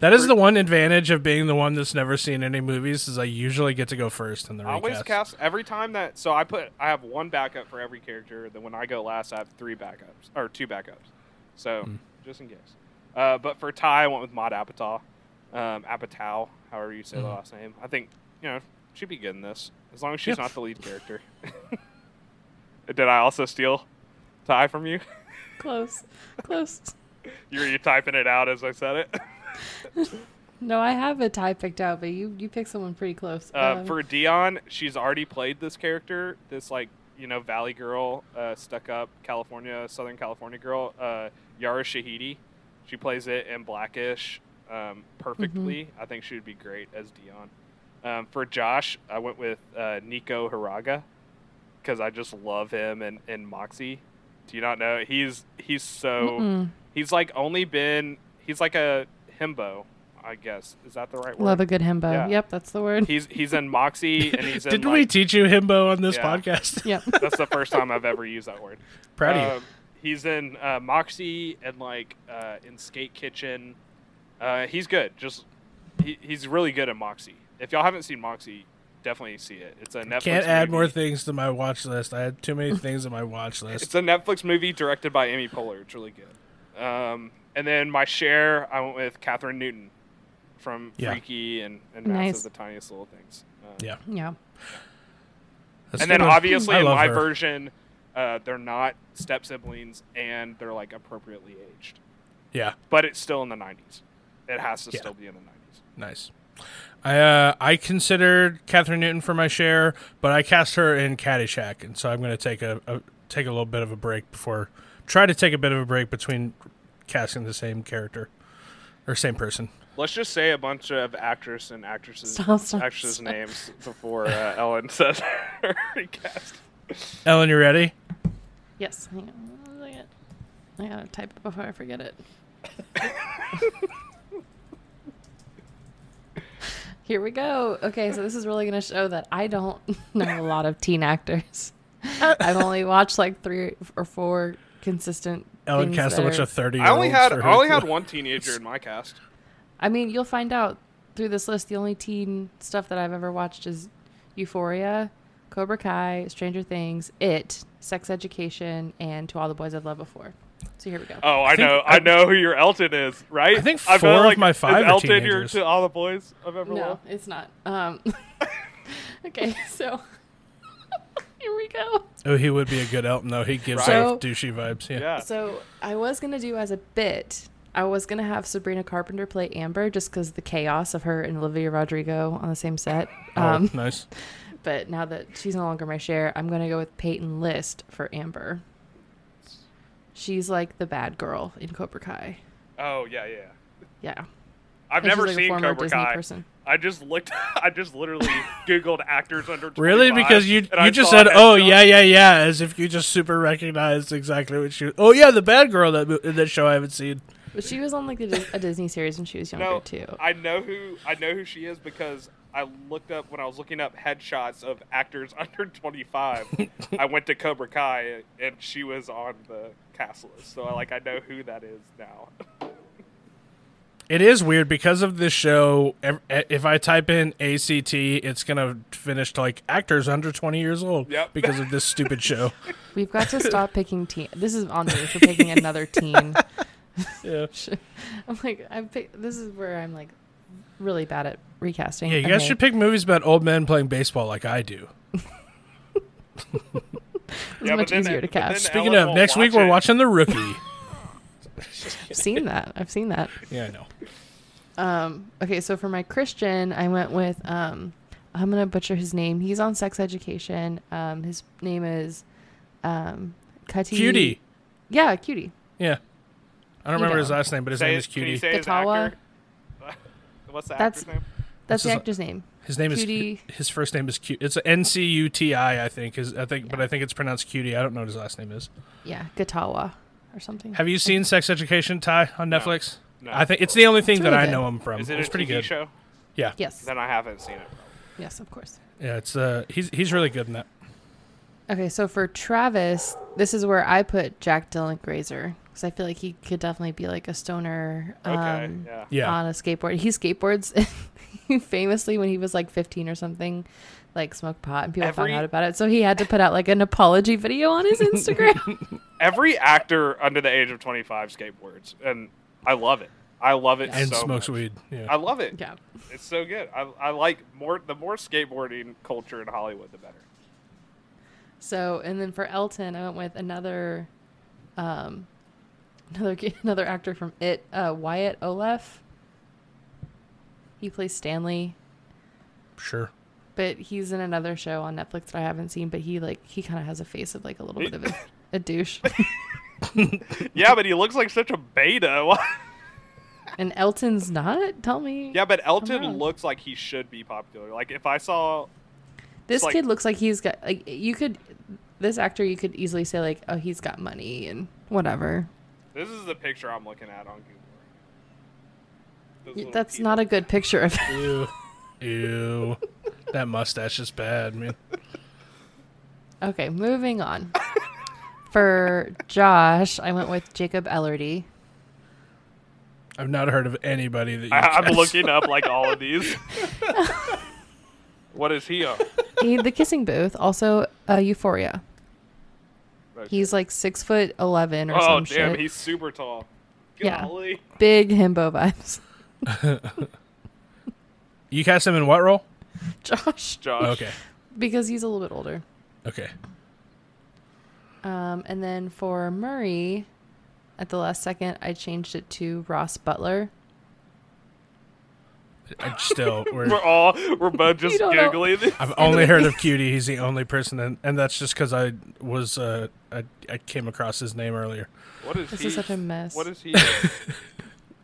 A: That is the one advantage of being the one that's never seen any movies is I usually get to go first in the
C: I always
A: recast.
C: cast every time that. So I put I have one backup for every character. Then when I go last, I have three backups or two backups. So just in case. Uh, but for Ty, I went with Maud Apatow, um, Apatow, however you say the last name. I think you know she'd be good in this as long as she's
A: Yeah.
C: not the lead character. Did I also steal Ty from you?
B: close, close.
C: You were you typing it out as I said it.
B: No, I have a tie picked out, but you you picked someone pretty close.
C: Uh,
B: Um,
C: for Dion, she's already played this character, this like you know Valley girl, uh, stuck up California, Southern California girl, uh, Yara Shahidi. She plays it in Blackish um, perfectly.
B: Mm-hmm.
C: I think she would be great as Dion. Um, for Josh, I went with uh, Nico Haraga because I just love him and and Moxie. Do you not know he's he's so
B: mm-mm.
C: he's like only been he's like a himbo, I guess. Is that the right word?
B: love a good himbo.
C: Yeah.
B: Yep, that's the word.
C: He's he's in Moxie and he's in
A: Didn't
C: like,
A: we teach you himbo on this
C: Yeah.
A: podcast?
B: yep.
C: that's the first time I've ever used that word.
A: Proud of you.
C: Um, he's in uh, Moxie and like uh, in Skate Kitchen. Uh, he's good. Just he, he's really good at Moxie. If y'all haven't seen Moxie, definitely see it. It's a Netflix.
A: Can't add more
C: movie.
A: things to my watch list. I had too many things on my watch list.
C: It's a Netflix movie directed by Amy Poehler. It's really good. Um, and then my share, I went with Catherine Newton from
A: Yeah.
C: Freaky and and Massive
B: Nice.
C: the Tiniest Little Things. Uh,
A: Yeah.
B: Yeah.
A: That's
C: and then
A: good.
C: obviously
A: I
C: in
A: love
C: my
A: her.
C: version, uh, they're not step siblings and they're like appropriately aged,
A: Yeah,
C: but it's still in the nineties. It has to
A: Yeah.
C: still be in the nineties.
A: nice. I uh, I considered Catherine Newton for my share, but I cast her in Caddyshack, and so I'm going to take a, a take a little bit of a break before try to take a bit of a break between casting the same character or same person.
C: Let's just say a bunch of actress and actresses
B: Stop, stop,
C: actresses
B: stop.
C: names before uh, Ellen says her recast.
A: Ellen, you ready?
B: Yes. Hang on. one second. I gotta type it before I forget it. Here we go. Okay, so this is really gonna show that I don't know a lot of teen actors. I've only watched like three or four consistent.
A: Ellen
B: things
A: cast a
B: that
A: bunch
B: are-
A: of thirty.
C: I only had I only had one teenager in my cast.
B: I mean, you'll find out through this list. The only teen stuff that I've ever watched is Euphoria, Cobra Kai, Stranger Things, It, Sex Education, and To All the Boys I've Loved Before. So here we go.
C: Oh, I,
A: think-
C: know, I,
A: I-
C: know who your Elton is, right?
A: I think
C: I've
A: four
C: done,
A: of
C: like,
A: my
C: is
A: five are
C: Elton your
A: teenagers.
C: to all the boys I've ever
B: no,
C: loved.
B: it's not. Um, okay, so here we we go.
A: Oh, he would be a good Elton though. He gives
B: Right.
A: off douchey vibes. Yeah.
C: Yeah.
B: So I was gonna do as a bit. I was gonna have Sabrina Carpenter play Amber just because the chaos of her and Olivia Rodrigo on the same set.
A: Oh,
B: Um,
A: nice.
B: But now that she's no longer my share, I'm gonna go with Peyton List for Amber. She's like the bad girl in Cobra Kai.
C: Oh yeah, yeah.
B: Yeah,
C: I've
B: And she's
C: never
B: like a
C: seen
B: former
C: Cobra
B: Disney
C: Kai.
B: person.
C: I just looked. I just literally googled actors under. 25,
A: Really? Because you
C: and
A: you
C: I
A: just
C: saw
A: said, "Oh
C: headshots."
A: yeah, yeah, yeah," as if you just super recognized exactly what she. Oh yeah, the bad girl that mo- that show I haven't seen.
B: but she was on like the, Dis- a Disney series when she was younger
C: No,
B: too.
C: I know who I know who she is because I looked up when I was looking up headshots of actors under 25. I went to Cobra Kai and she was on the cast list, so I, like I know who that is now.
A: It is weird because of this show. ev- e, If I type in ACT, it's gonna finish to, like actors under twenty years old.
C: Yep.
A: Because of this stupid show.
B: We've got to stop picking teen. This is on me for picking another teen.
A: yeah.
B: I'm like, I pick. This is where I'm like really bad at recasting.
A: Yeah, you guys
B: Okay.
A: should pick movies about old men playing baseball like I do.
B: It's much easier to
C: but then
B: cast.
A: Speaking
C: Ellen
A: of,
C: won't
A: next week
C: watch
A: we're
C: it.
A: watching The Rookie.
B: I've seen that. I've seen that.
A: yeah, I know.
B: Um, okay, so for my Christian, I went with um, I'm gonna butcher his name. He's on Sex Education. Um, his name is um, Cutty.
A: Cutie.
B: Yeah, cutie.
A: Yeah. I don't
B: You
A: remember
B: know.
A: his last name, but his
C: Say
A: name
C: his-
A: is
C: can you
A: Cutie.
C: say his
B: Katawa.
C: actor? What's the
B: That's-
C: actor's name?
A: This
B: That's the
A: is-
B: actor's name.
A: His name
B: Cutie.
A: is his first name is Q. It's N C U T I, I think. Is I think, but I think it's pronounced Cutie. I don't know what his last name is.
B: Yeah, Gatawa or something.
A: Have you seen Sex Education Ty on Netflix?
C: No.
A: I think it's the only thing
B: It's
A: that
B: really
A: I
B: good.
A: know him from.
C: Is it
A: it's
C: a
A: pretty
C: TV
A: good.
C: show?
A: Yeah,
B: Yes.
C: Then I haven't seen it.
B: Yes, of course.
A: yeah. It's uh, he's he's really good in that.
B: Okay, so for Travis, this is where I put Jack Dylan Grazer because I feel like he could definitely be like a stoner um,
C: Okay, yeah.
A: Yeah,
B: on a skateboard. He skateboards famously when he was like 15 or something, like smoked pot and people found
C: Every-
B: out about it. So he had to put out like an apology video on his Instagram.
C: Every actor under the age of 25 skateboards, and I love it. I love it
A: and
C: so
A: smokes
C: much.
A: weed. Yeah.
C: I love it.
B: yeah.
C: It's so good. I, I like more the more skateboarding culture in Hollywood, the better.
B: So and then for Elton, I went with another, um, another another actor from It, uh, Wyatt Olaf. He plays Stanley.
A: sure.
B: but he's in another show on Netflix that I haven't seen. But he like he kind of has a face of like a little bit of a, a douche.
C: Yeah, but he looks like such a beta. Why-
B: And Elton's not. Tell me.
C: yeah, but Elton
B: wrong.
C: looks like he should be popular. Like if I saw,
B: this
C: like-
B: kid looks like he's got like you could this actor you could easily say like oh he's got money and whatever.
C: this is the picture I'm looking at on Google. Those
B: Y-
C: little
B: That's
C: teeth.
B: not a good picture of.
A: Ew, ew. That mustache is bad, man.
B: okay, moving on. For Josh, I went with Jacob Ellerty.
A: I've not heard of anybody that you
C: I, I'm
A: guys-
C: looking up like all of these. what is he on?
B: He, the Kissing Booth, also uh, Euphoria. He's like six foot eleven or
C: oh
B: some
C: damn,
B: shit.
C: he's super tall.
B: Yeah.
C: Golly.
B: Big himbo vibes.
A: You cast him in what role?
B: Josh,
C: Josh.
A: Okay,
B: because he's a little bit older.
A: okay.
B: Um, and then for Murray, at the last second, I changed it to Ross Butler.
A: I still we're
C: We're all we're both just
B: don't know.
C: googling. this.
A: I've only heard of Cutie. He's the only person, and, and that's just because I was uh, I, I came across his name earlier.
C: What is
B: This
C: he?
B: is such a mess.
C: What is he? in?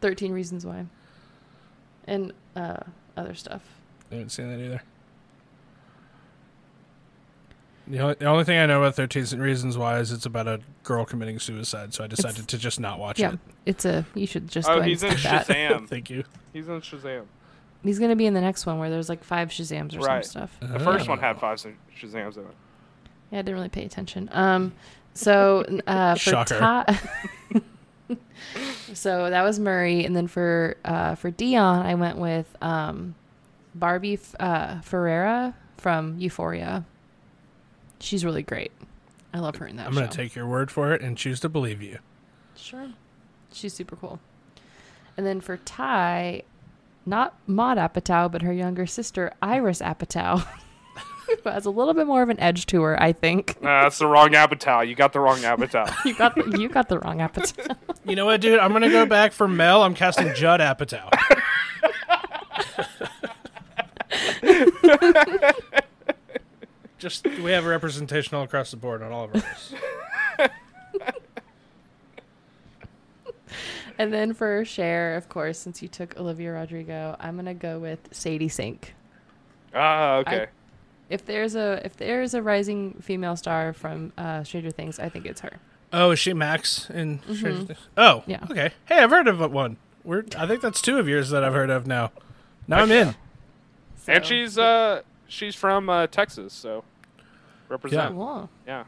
B: Thirteen Reasons Why, and uh, other stuff.
A: I haven't seen that either. The only, the only thing I know about Thirteen Reasons Why is it's about a girl committing suicide, so I decided to just not watch
B: Yeah,
A: it.
B: it's a. You should just.
C: Oh,
B: go ahead
C: he's in
B: and skip that.
C: Shazam.
A: Thank you.
C: He's in Shazam.
B: He's gonna be in the next one where there's like five Shazams or
C: Right.
B: some stuff.
A: Oh.
C: The first one had five Shaz- Shazams in it.
B: Yeah, I didn't really pay attention. Um, so uh, for
A: Shocker.
B: Ty- so that was Murray, and then for uh, for Dion, I went with um, Barbie F- uh, Ferreira from Euphoria. She's really great. I love her in that.
A: I'm gonna
B: show.
A: take your word for it and choose to believe you.
B: sure. She's super cool. And then for Ty, not Maud Apatow, but her younger sister Iris Apatow. but has a little bit more of an edge to her, I think.
C: Nah, that's the wrong Apatow. You got the wrong Apatow.
B: You got the, you got the wrong appetite.
A: You know what, dude? I'm gonna go back for Mel. I'm casting Judd Apatow. Just we have representation all across the board on all of ours.
B: and then for Cher, of course, since you took Olivia Rodrigo, I'm gonna go with Sadie Sink.
C: Ah, okay.
B: If there's a if there's a rising female star from uh, Stranger Things, I think it's her.
A: Oh, is she Max in Stranger Things? Oh,
B: Yeah.
A: Okay. Hey, I've heard of one. We're I think that's two of yours that I've heard of now. Now I'm in.
C: and
B: So-
C: she's uh she's from uh, Texas, so represent.
B: Cool.
C: Yeah.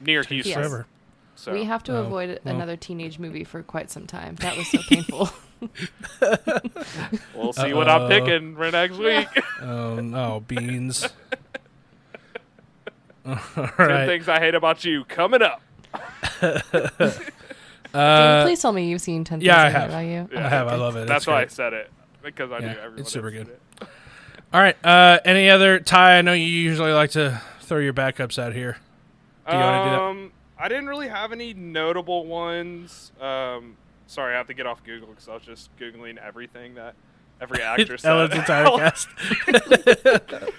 C: Near Houston.
B: Yes.
A: Forever.
C: So
B: We have to
A: Oh,
B: avoid
A: well.
B: another teenage movie for quite some time. That was so painful.
C: we'll see what I'm
A: Uh-oh.
C: picking for next week.
A: Oh no, beans. All
C: Ten
A: right.
C: things I hate about you coming up.
B: David,
A: Uh,
B: please tell me you've seen Ten
A: yeah, I
B: Things I Hate
A: have.
B: About You.
A: I have. I love it.
C: That's
A: It's
C: why I
A: great.
C: said it because I
A: Yeah,
C: knew everyone.
A: it's super
C: else did
A: good.
C: it.
A: All right. Uh, any other Ty? I know you usually like to throw your backups out here. Do you wanna do that?
C: Um, I didn't really have any notable ones. Um, sorry, I have to get off Google because I was just googling everything that every actress. that-
A: Ellen's entire cast.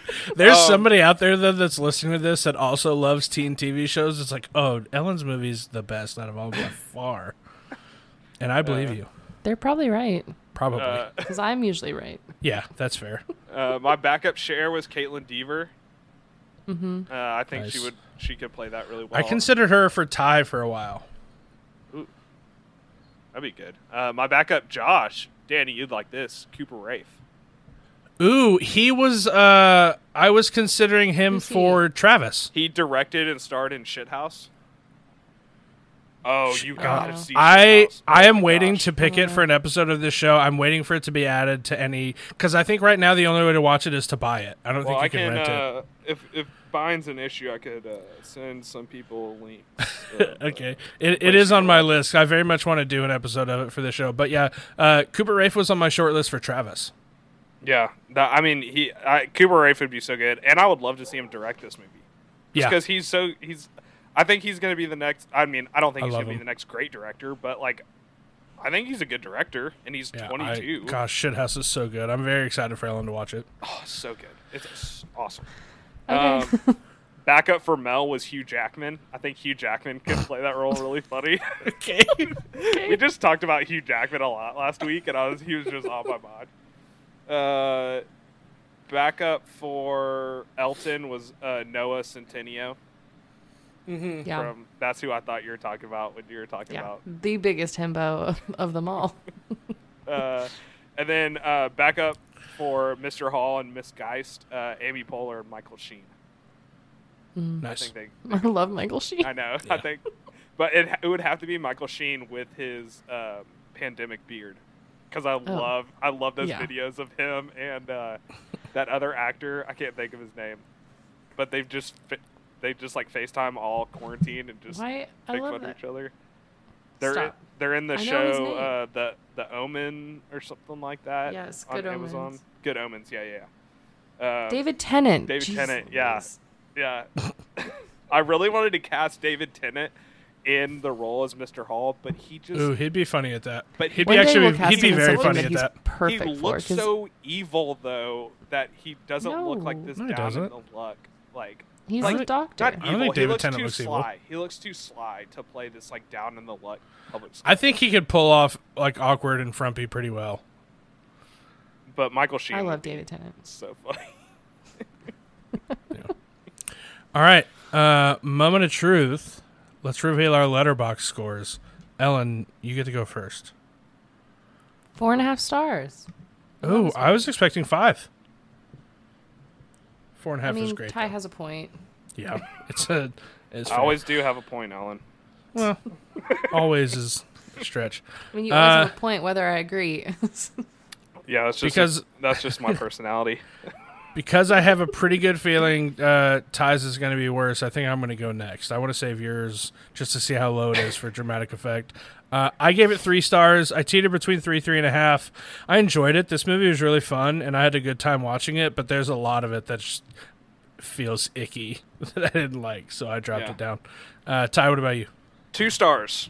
A: There's
C: Um,
A: somebody out there though that's listening to this that also loves teen TV shows. It's like, oh, Ellen's movie's the best out of all by far, and I believe
C: Uh,
A: you.
B: They're probably right
A: Probably,
C: uh,
B: because I'm usually right.
A: yeah, that's fair.
C: uh, my backup share was Caitlin Deaver.
B: Mm-hmm.
C: Uh, I think she
A: Nice.
C: would. She could play that really well.
A: I considered her for Ty for a while.
C: That'd be good. Uh, my backup Josh, Danny, you'd like this. Cooper Rafe.
A: Ooh, he was. Uh, I was considering him
B: Who's he?
A: for Travis.
C: He directed and starred in Shithouse. Oh, you gotta
B: uh,
C: see.
A: I
C: Shithouse.
A: I
C: Oh
A: am
C: my
A: waiting
C: gosh.
A: to pick it for an episode of this show. I'm waiting for it to be added to any because I think right now the only way to watch it is to buy it. I don't
C: Well,
A: think you
C: I
A: can,
C: can.
A: rent it.
C: uh, if if bind's an issue, I could uh, send some people links. Uh,
A: Okay, it, it is on my list. I very much want to do an episode of it for the show. But yeah, uh, Cooper Rafe was on my short list for Travis.
C: Yeah, that, I mean, he I, Cooper Rafe would be so good, and I would love to see him direct this movie.
A: Yeah,
C: because he's so he's. I think he's going to be the next. I mean, I don't think
A: I
C: he's going
A: love
C: to be
A: him.
C: the next great director, but like, I think he's a good director, and he's
A: yeah, I-
C: 22.
A: gosh, shithouse is so good. I'm very excited for Ellen to watch it.
C: Oh, so good. It's s- awesome.
B: Okay.
C: Um, backup for Mel was Hugh Jackman. I think Hugh Jackman could play that role really funny.
A: Okay,
C: we just talked about Hugh Jackman a lot last week, and I was he was just on my mind. Uh, backup for Elton was uh, Noah Centineo
B: yeah.
C: from. That's who I thought you were talking about when you were talking
B: yeah.
C: about.
B: The biggest himbo of, of them all.
C: Uh, and then uh, backup for Mr. Hall and Miss Geist, uh, Amy Poehler and Michael Sheen. I
A: nice.
C: think they
B: I love Michael Sheen.
C: I know.
A: Yeah.
C: I think, but it it would have to be Michael Sheen with his um, pandemic beard, because I love I love those
B: Oh. Yeah.
C: videos of him and uh, that other actor. I can't think of his name, but they've just fi- they just like Facetime all quarantine and just
B: Why? I
C: make
B: love
C: fun
B: that.
C: of each other. They're in,
B: Stop.
C: they're in the
B: I know his
C: show
B: name.
C: uh, the the Omen or something like that.
B: Yes,
C: on
B: Good
C: Amazon.
B: Omens.
C: Good Omens. Yeah, yeah. yeah. Um,
B: David Tennant.
C: David
B: Jesus
C: Tennant, yeah.
B: Louise.
C: yeah. I really wanted to cast David Tennant in the role as Mr. Hall, but he just
A: Ooh, he'd be funny at that.
C: But
A: he'd
C: he-
A: be
B: One day
A: actually
B: we'll cast
A: he'd be
B: him in
A: very
B: something
A: funny at
B: he's
A: that.
B: Perfect
C: he
B: for
C: looks
B: 'cause-
C: so evil though that he doesn't look like
B: No.
C: this
A: No, he
C: down in
A: doesn't.
C: the luck. Like
B: He's
A: I
B: a
A: don't-
B: doctor.
C: not
A: don't
C: evil.
A: think
C: he
A: David
C: looks
A: Tennant
C: too
A: looks evil.
C: sly. He looks too sly to play this like down in the luck public school.
A: I think he could pull off like awkward and frumpy pretty well.
C: but Michael Sheen
B: I
C: would
B: love
C: be
B: David Tennant.
C: so funny.
A: All right, uh, moment of truth. Let's reveal our letterbox scores. Ellen, you get to go first.
B: Four and a half stars.
A: Ooh, I was expecting five. Four and a
B: I
A: half is
B: mean,
A: great.
B: Ty
A: though.
B: has a point.
A: Yeah, it's a. It's
C: I
A: fair.
C: always do have a point, Alan.
A: well, always is a stretch.
B: I mean, you always
A: Uh,
B: have a point whether I agree.
C: Yeah, that's just
A: Because-
C: that's just my personality.
A: Because I have a pretty good feeling uh, Ty's is going to be worse. I think I'm going to go next. I want to save yours just to see how low it is for dramatic effect. Uh, I gave it three stars. I teetered between three, three and a half. I enjoyed it. This movie was really fun, and I had a good time watching it. But there's a lot of it that's feels icky that I didn't like, so I dropped
C: Yeah.
A: it down. Uh, Ty, what about you?
C: two stars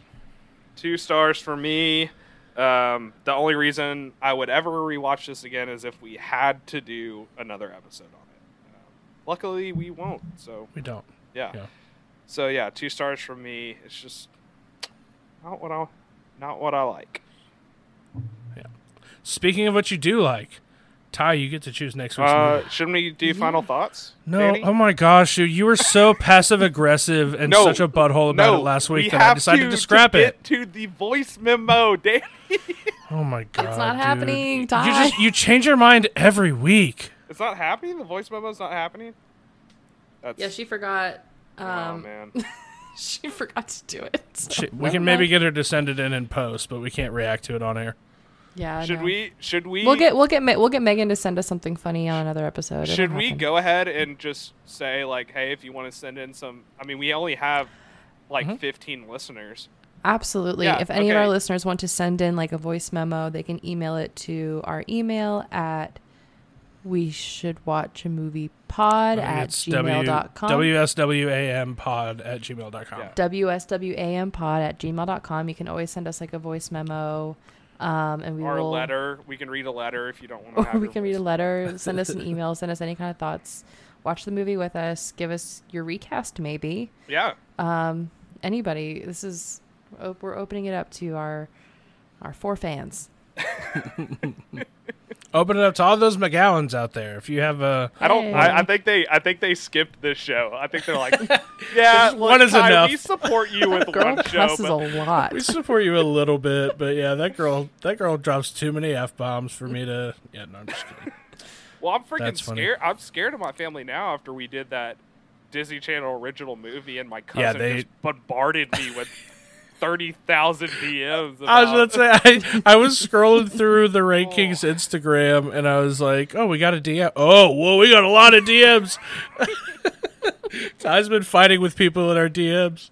C: two stars for me um, the only reason i would ever rewatch this again is if we had to do another episode on it um, luckily we won't so
A: We don't.
C: yeah.
A: Yeah.
C: so yeah two stars from me it's just not what i not what i like
A: Speaking of what you do like, Ty, you get to choose next week's movie.
C: uh, shouldn't we do final thoughts
A: No,
C: Danny?
A: oh my gosh, dude, you were so passive aggressive and
C: No,
A: such a butthole about
C: no,
A: it last
C: we
A: week that I
C: have
A: decided
C: to,
A: to scrap
C: to
A: it.
C: get to the voice memo Danny.
A: Oh my god,
B: It's not
A: dude.
B: happening, Ty.
A: You just you change your mind every week.
C: it's not happening the voice memo's not happening that's
B: yeah, she forgot.
C: oh
B: Um,
C: man
B: she forgot to do it. so
A: Shit, we
B: never
A: can maybe
B: mind.
A: get her to send it in in post, but we can't react to it on air.
B: Yeah.
C: should
B: no.
C: we should we
B: We'll get we'll get Me- we'll get Megan to send us something funny on another episode. It'll
C: Should we
B: happen.
C: go ahead and just say like, hey, if you want to send in some, I mean, we only have like
B: Mm-hmm.
C: 15 listeners.
B: Absolutely.
C: Yeah,
B: if any of
C: okay.
B: our listeners want to send in like a voice memo, they can email it to our email at we should watch a movie pod at
A: It's W-
B: gmail.com.
A: WSWAMpod at gmail.com.
C: Yeah.
B: WSWAM pod at gmail.com. You can always send us like a voice memo. Um, and we
C: Or a
B: will,
C: letter, we can read a letter if you don't want to.
B: or we can read a letter, send us an email, send us any kind of thoughts, watch the movie with us, give us your recast maybe.
C: Yeah,
B: Um, anybody, this is oh, we're opening it up to our our four fans.
A: Open it up to all those McGowans out there. If you have a
C: I don't. I, I
B: Hey.
C: think they. I think they skipped this show. I think they're like, yeah, look,
A: one is
C: Ty,
A: enough.
C: We support you with
B: Girl
C: one show,
B: cusses
C: but
B: a lot.
A: we support you a little bit, but yeah, that girl that girl drops too many f bombs for me to. Yeah, no, I'm just kidding.
C: well, I'm freaking
A: That's funny.
C: scared. I'm scared of my family now after we did that Disney Channel original movie, and my cousin
A: Yeah, they-
C: just bombarded me with thirty thousand DMs.
A: I was
C: about-
A: about to say I, I was scrolling through the Ray King's Instagram and I was like, oh, we got a DM. Oh, whoa, we got a lot of DMs. Ty's been fighting with people in our DMs.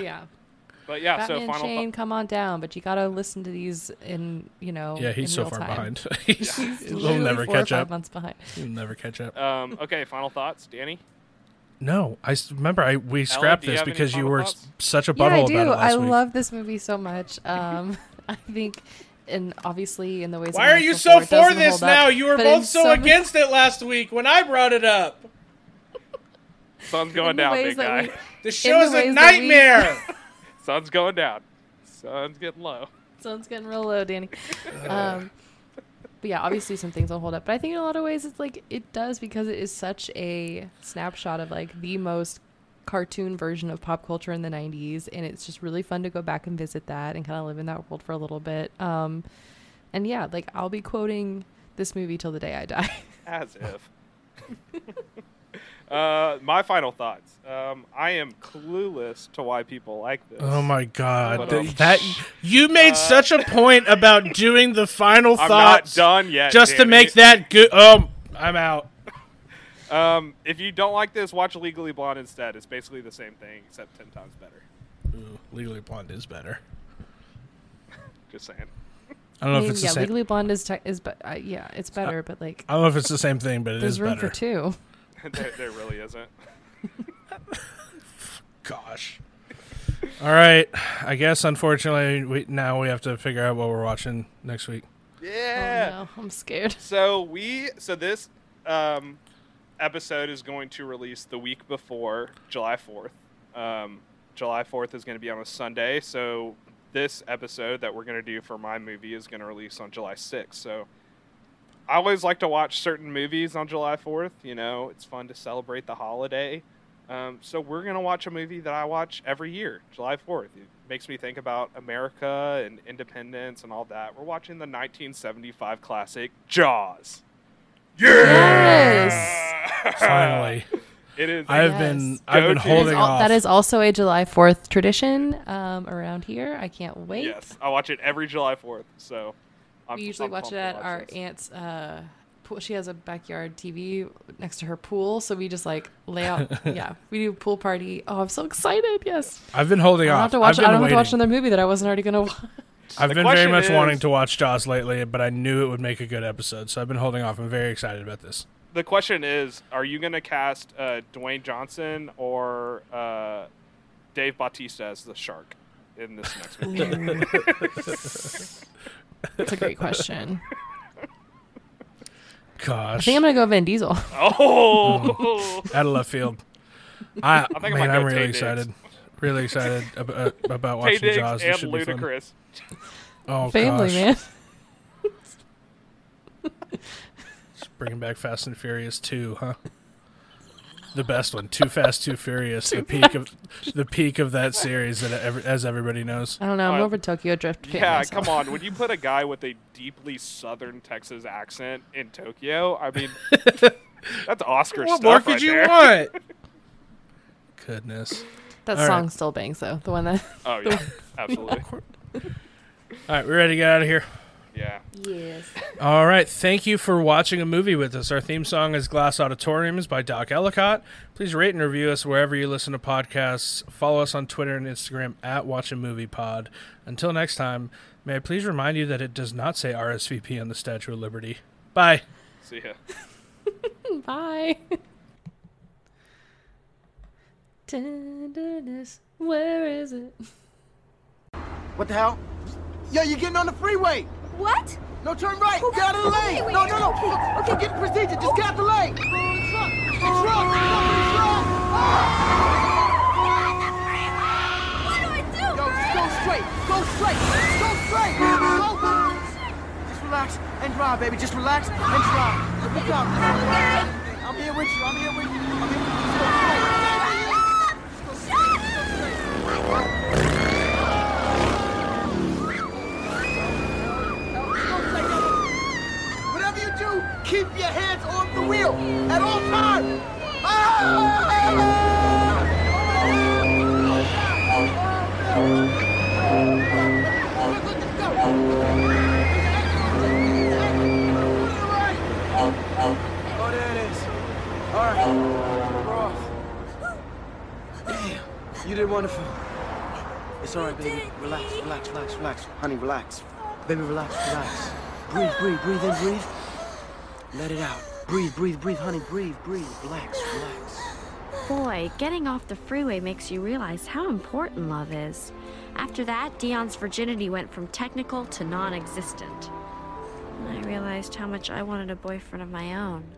B: yeah.
C: But
B: Batman
C: yeah, so final. thou-
B: Shane, come on down, but you gotta listen to these in you know.
A: Yeah, he's
B: in
A: so
B: real
A: far
B: time.
A: behind. he's,
B: He's
A: he'll
B: literally
A: never
B: four or
A: catch
B: five
A: up.
B: Months behind.
A: He'll never catch up.
C: Um, okay, final thoughts, Danny.
A: No, I s- remember I we scrapped
C: do you
A: this
C: have any
A: because you
C: final
A: were
C: thoughts?
A: s- such a butthole
B: Yeah, I
A: about
B: do.
A: it last
B: I
A: week.
B: love this movie so much. Um, I think, and obviously in the ways.
D: Why are you so for this now? You were both so against it last week when I brought it up.
C: Sun's going down, big guy.
D: The show
B: the
D: is a
B: ways that we-
D: nightmare.
C: Sun's going down. Sun's getting low.
B: Sounds getting real low, Danny. Um, but yeah, obviously some things will hold up. But I think in a lot of ways it's like it does because it is such a snapshot of like the most cartoon version of pop culture in the 90s and it's just really fun to go back and visit that and kind of live in that world for a little bit um and yeah like i'll be quoting this movie till the day i die
C: As if. uh, my final thoughts. Um, I am clueless to why people like this.
A: Oh my god.
C: What
A: Th-
C: else?
A: that you made such a point about doing the final
C: I'm
A: thoughts
C: not done yet.
A: just to
C: Danny.
A: make that good um I'm out.
C: Um, if you don't like this, watch Legally Blonde instead. It's basically the same thing, except ten times better.
A: Ooh, Legally Blonde is better.
C: Just saying.
A: I don't know
B: I
A: if
B: mean,
A: it's
B: yeah
A: the same
B: legally blonde is te- is but uh, yeah it's better but like
A: I don't know if it's the same thing, but it
B: there's
A: is
B: room
A: better.
B: for two
C: there, there really isn't.
A: Gosh. All right. I guess unfortunately we now we have to figure out what we're watching next week.
C: Yeah.
B: oh no i'm scared
C: So we so this um, episode is going to release the week before July fourth. Um, July fourth is going to be on a Sunday, so this episode that we're going to do for my movie is going to release on July sixth. So I always like to watch certain movies on July fourth. You know, it's fun to celebrate the holiday. Um, so we're going to watch a movie that I watch every year, July fourth. It makes me think about America and independence and all that. We're watching the 1975 classic Jaws.
B: yes
A: Finally.
C: It is.
A: I've
B: Yes.
A: been I've been
C: Ah. Go
B: That
C: to-
A: holding
B: is al-
A: off.
B: That is also a July 4th tradition um, around here. I can't wait.
C: Yes, I watch it every July 4th. So I'm,
B: we usually
C: I'm
B: watch
C: pumped
B: it
C: to
B: at our
C: this.
B: aunt's uh, pool. She has a backyard TV next to her pool, so we just like lay out. yeah, we do pool party. Oh, I'm so excited! Yes,
A: I've been holding
B: I don't
A: off.
B: have to watch.
A: Ah, I've been
B: I don't have to watch
A: waiting.
B: another movie that I wasn't already gonna watch.
A: I've
C: The
A: been very
C: question
A: much
C: is-
A: wanting to watch Jaws lately, but I knew it would make a good episode, so I've been holding off. I'm very excited about this.
C: the question is, are you going to cast uh, Dwayne Johnson or uh, Dave Bautista as the shark in this next movie?
B: That's a great question. I
A: Gosh,
B: think I'm gonna go Vin Diesel.
C: oh,
A: out of left field. I,
C: I think I
A: man,
C: might
A: I'm
C: go
A: really
C: Tay Diggs.
A: excited. Really excited ab- uh, about
C: Tay
A: watching
C: Diggs
A: Jaws. This
C: and
A: should be fun.
C: Ludacris.
A: Oh,
B: Family
A: gosh.
B: man.
A: Just bringing back Fast and Furious Two, huh? The best one, Too Fast, Too Furious, the peak of the peak of that series that ever, as everybody knows.
B: I don't know. I'm
C: Uh,
B: over Tokyo Drift. fan
C: Yeah,
B: myself.
C: come on. When you put a guy with a deeply Southern Texas accent in Tokyo, I mean, that's Oscar
D: What
C: stuff
D: more could
C: right
D: you
C: there.
D: want?
A: Goodness.
B: That
A: All right.
B: song still bangs though. The one that.
C: Oh yeah, absolutely.
A: All right, we're ready to get out of here.
C: Yeah.
B: Yes.
A: All right, thank you for watching a movie with us. Our theme song is Glass Auditoriums by Doc Ellicott. Please rate and review us wherever you listen to podcasts. Follow us on Twitter and Instagram at Watch a Movie Pod. Until next time, may I please remind you that it does not say RSVP on the Statue of Liberty. Bye.
C: See ya.
B: Bye. Tenderness, where is it?
E: What the hell? Yo, you're getting on the freeway.
F: What?
E: No, turn right.
F: Wait,
E: Down in the lane.
F: wait, wait,
E: no, no, no.
F: okay,
E: Look,
F: okay.
E: look, Get the procedure. Just get out the lane. It's wrong. It's wrong. It's wrong.
F: What do I do?
E: Yo, just go straight. Go straight. Go straight. Go. Just relax and drive, baby. Just relax and drive. Look out. I'm here with you. I'm here with you. I'm here with you. Just go straight. Just go straight. Just go straight. No, just go straight. No, no. Whatever you do, keep your hands off the wheel at all times. Oh, there it is. All right, we're off. Damn, you did wonderful. It's all right, baby. Relax, relax, relax, relax. Honey, relax. Baby, relax, relax. Breathe, breathe, breathe in, breathe. Let it out. Breathe, breathe, breathe, honey. Breathe, breathe. Relax, relax.
G: Boy, getting off the freeway makes you realize how important love is. After that, Dion's virginity went from technical to non existent. And I realized how much I wanted a boyfriend of my own.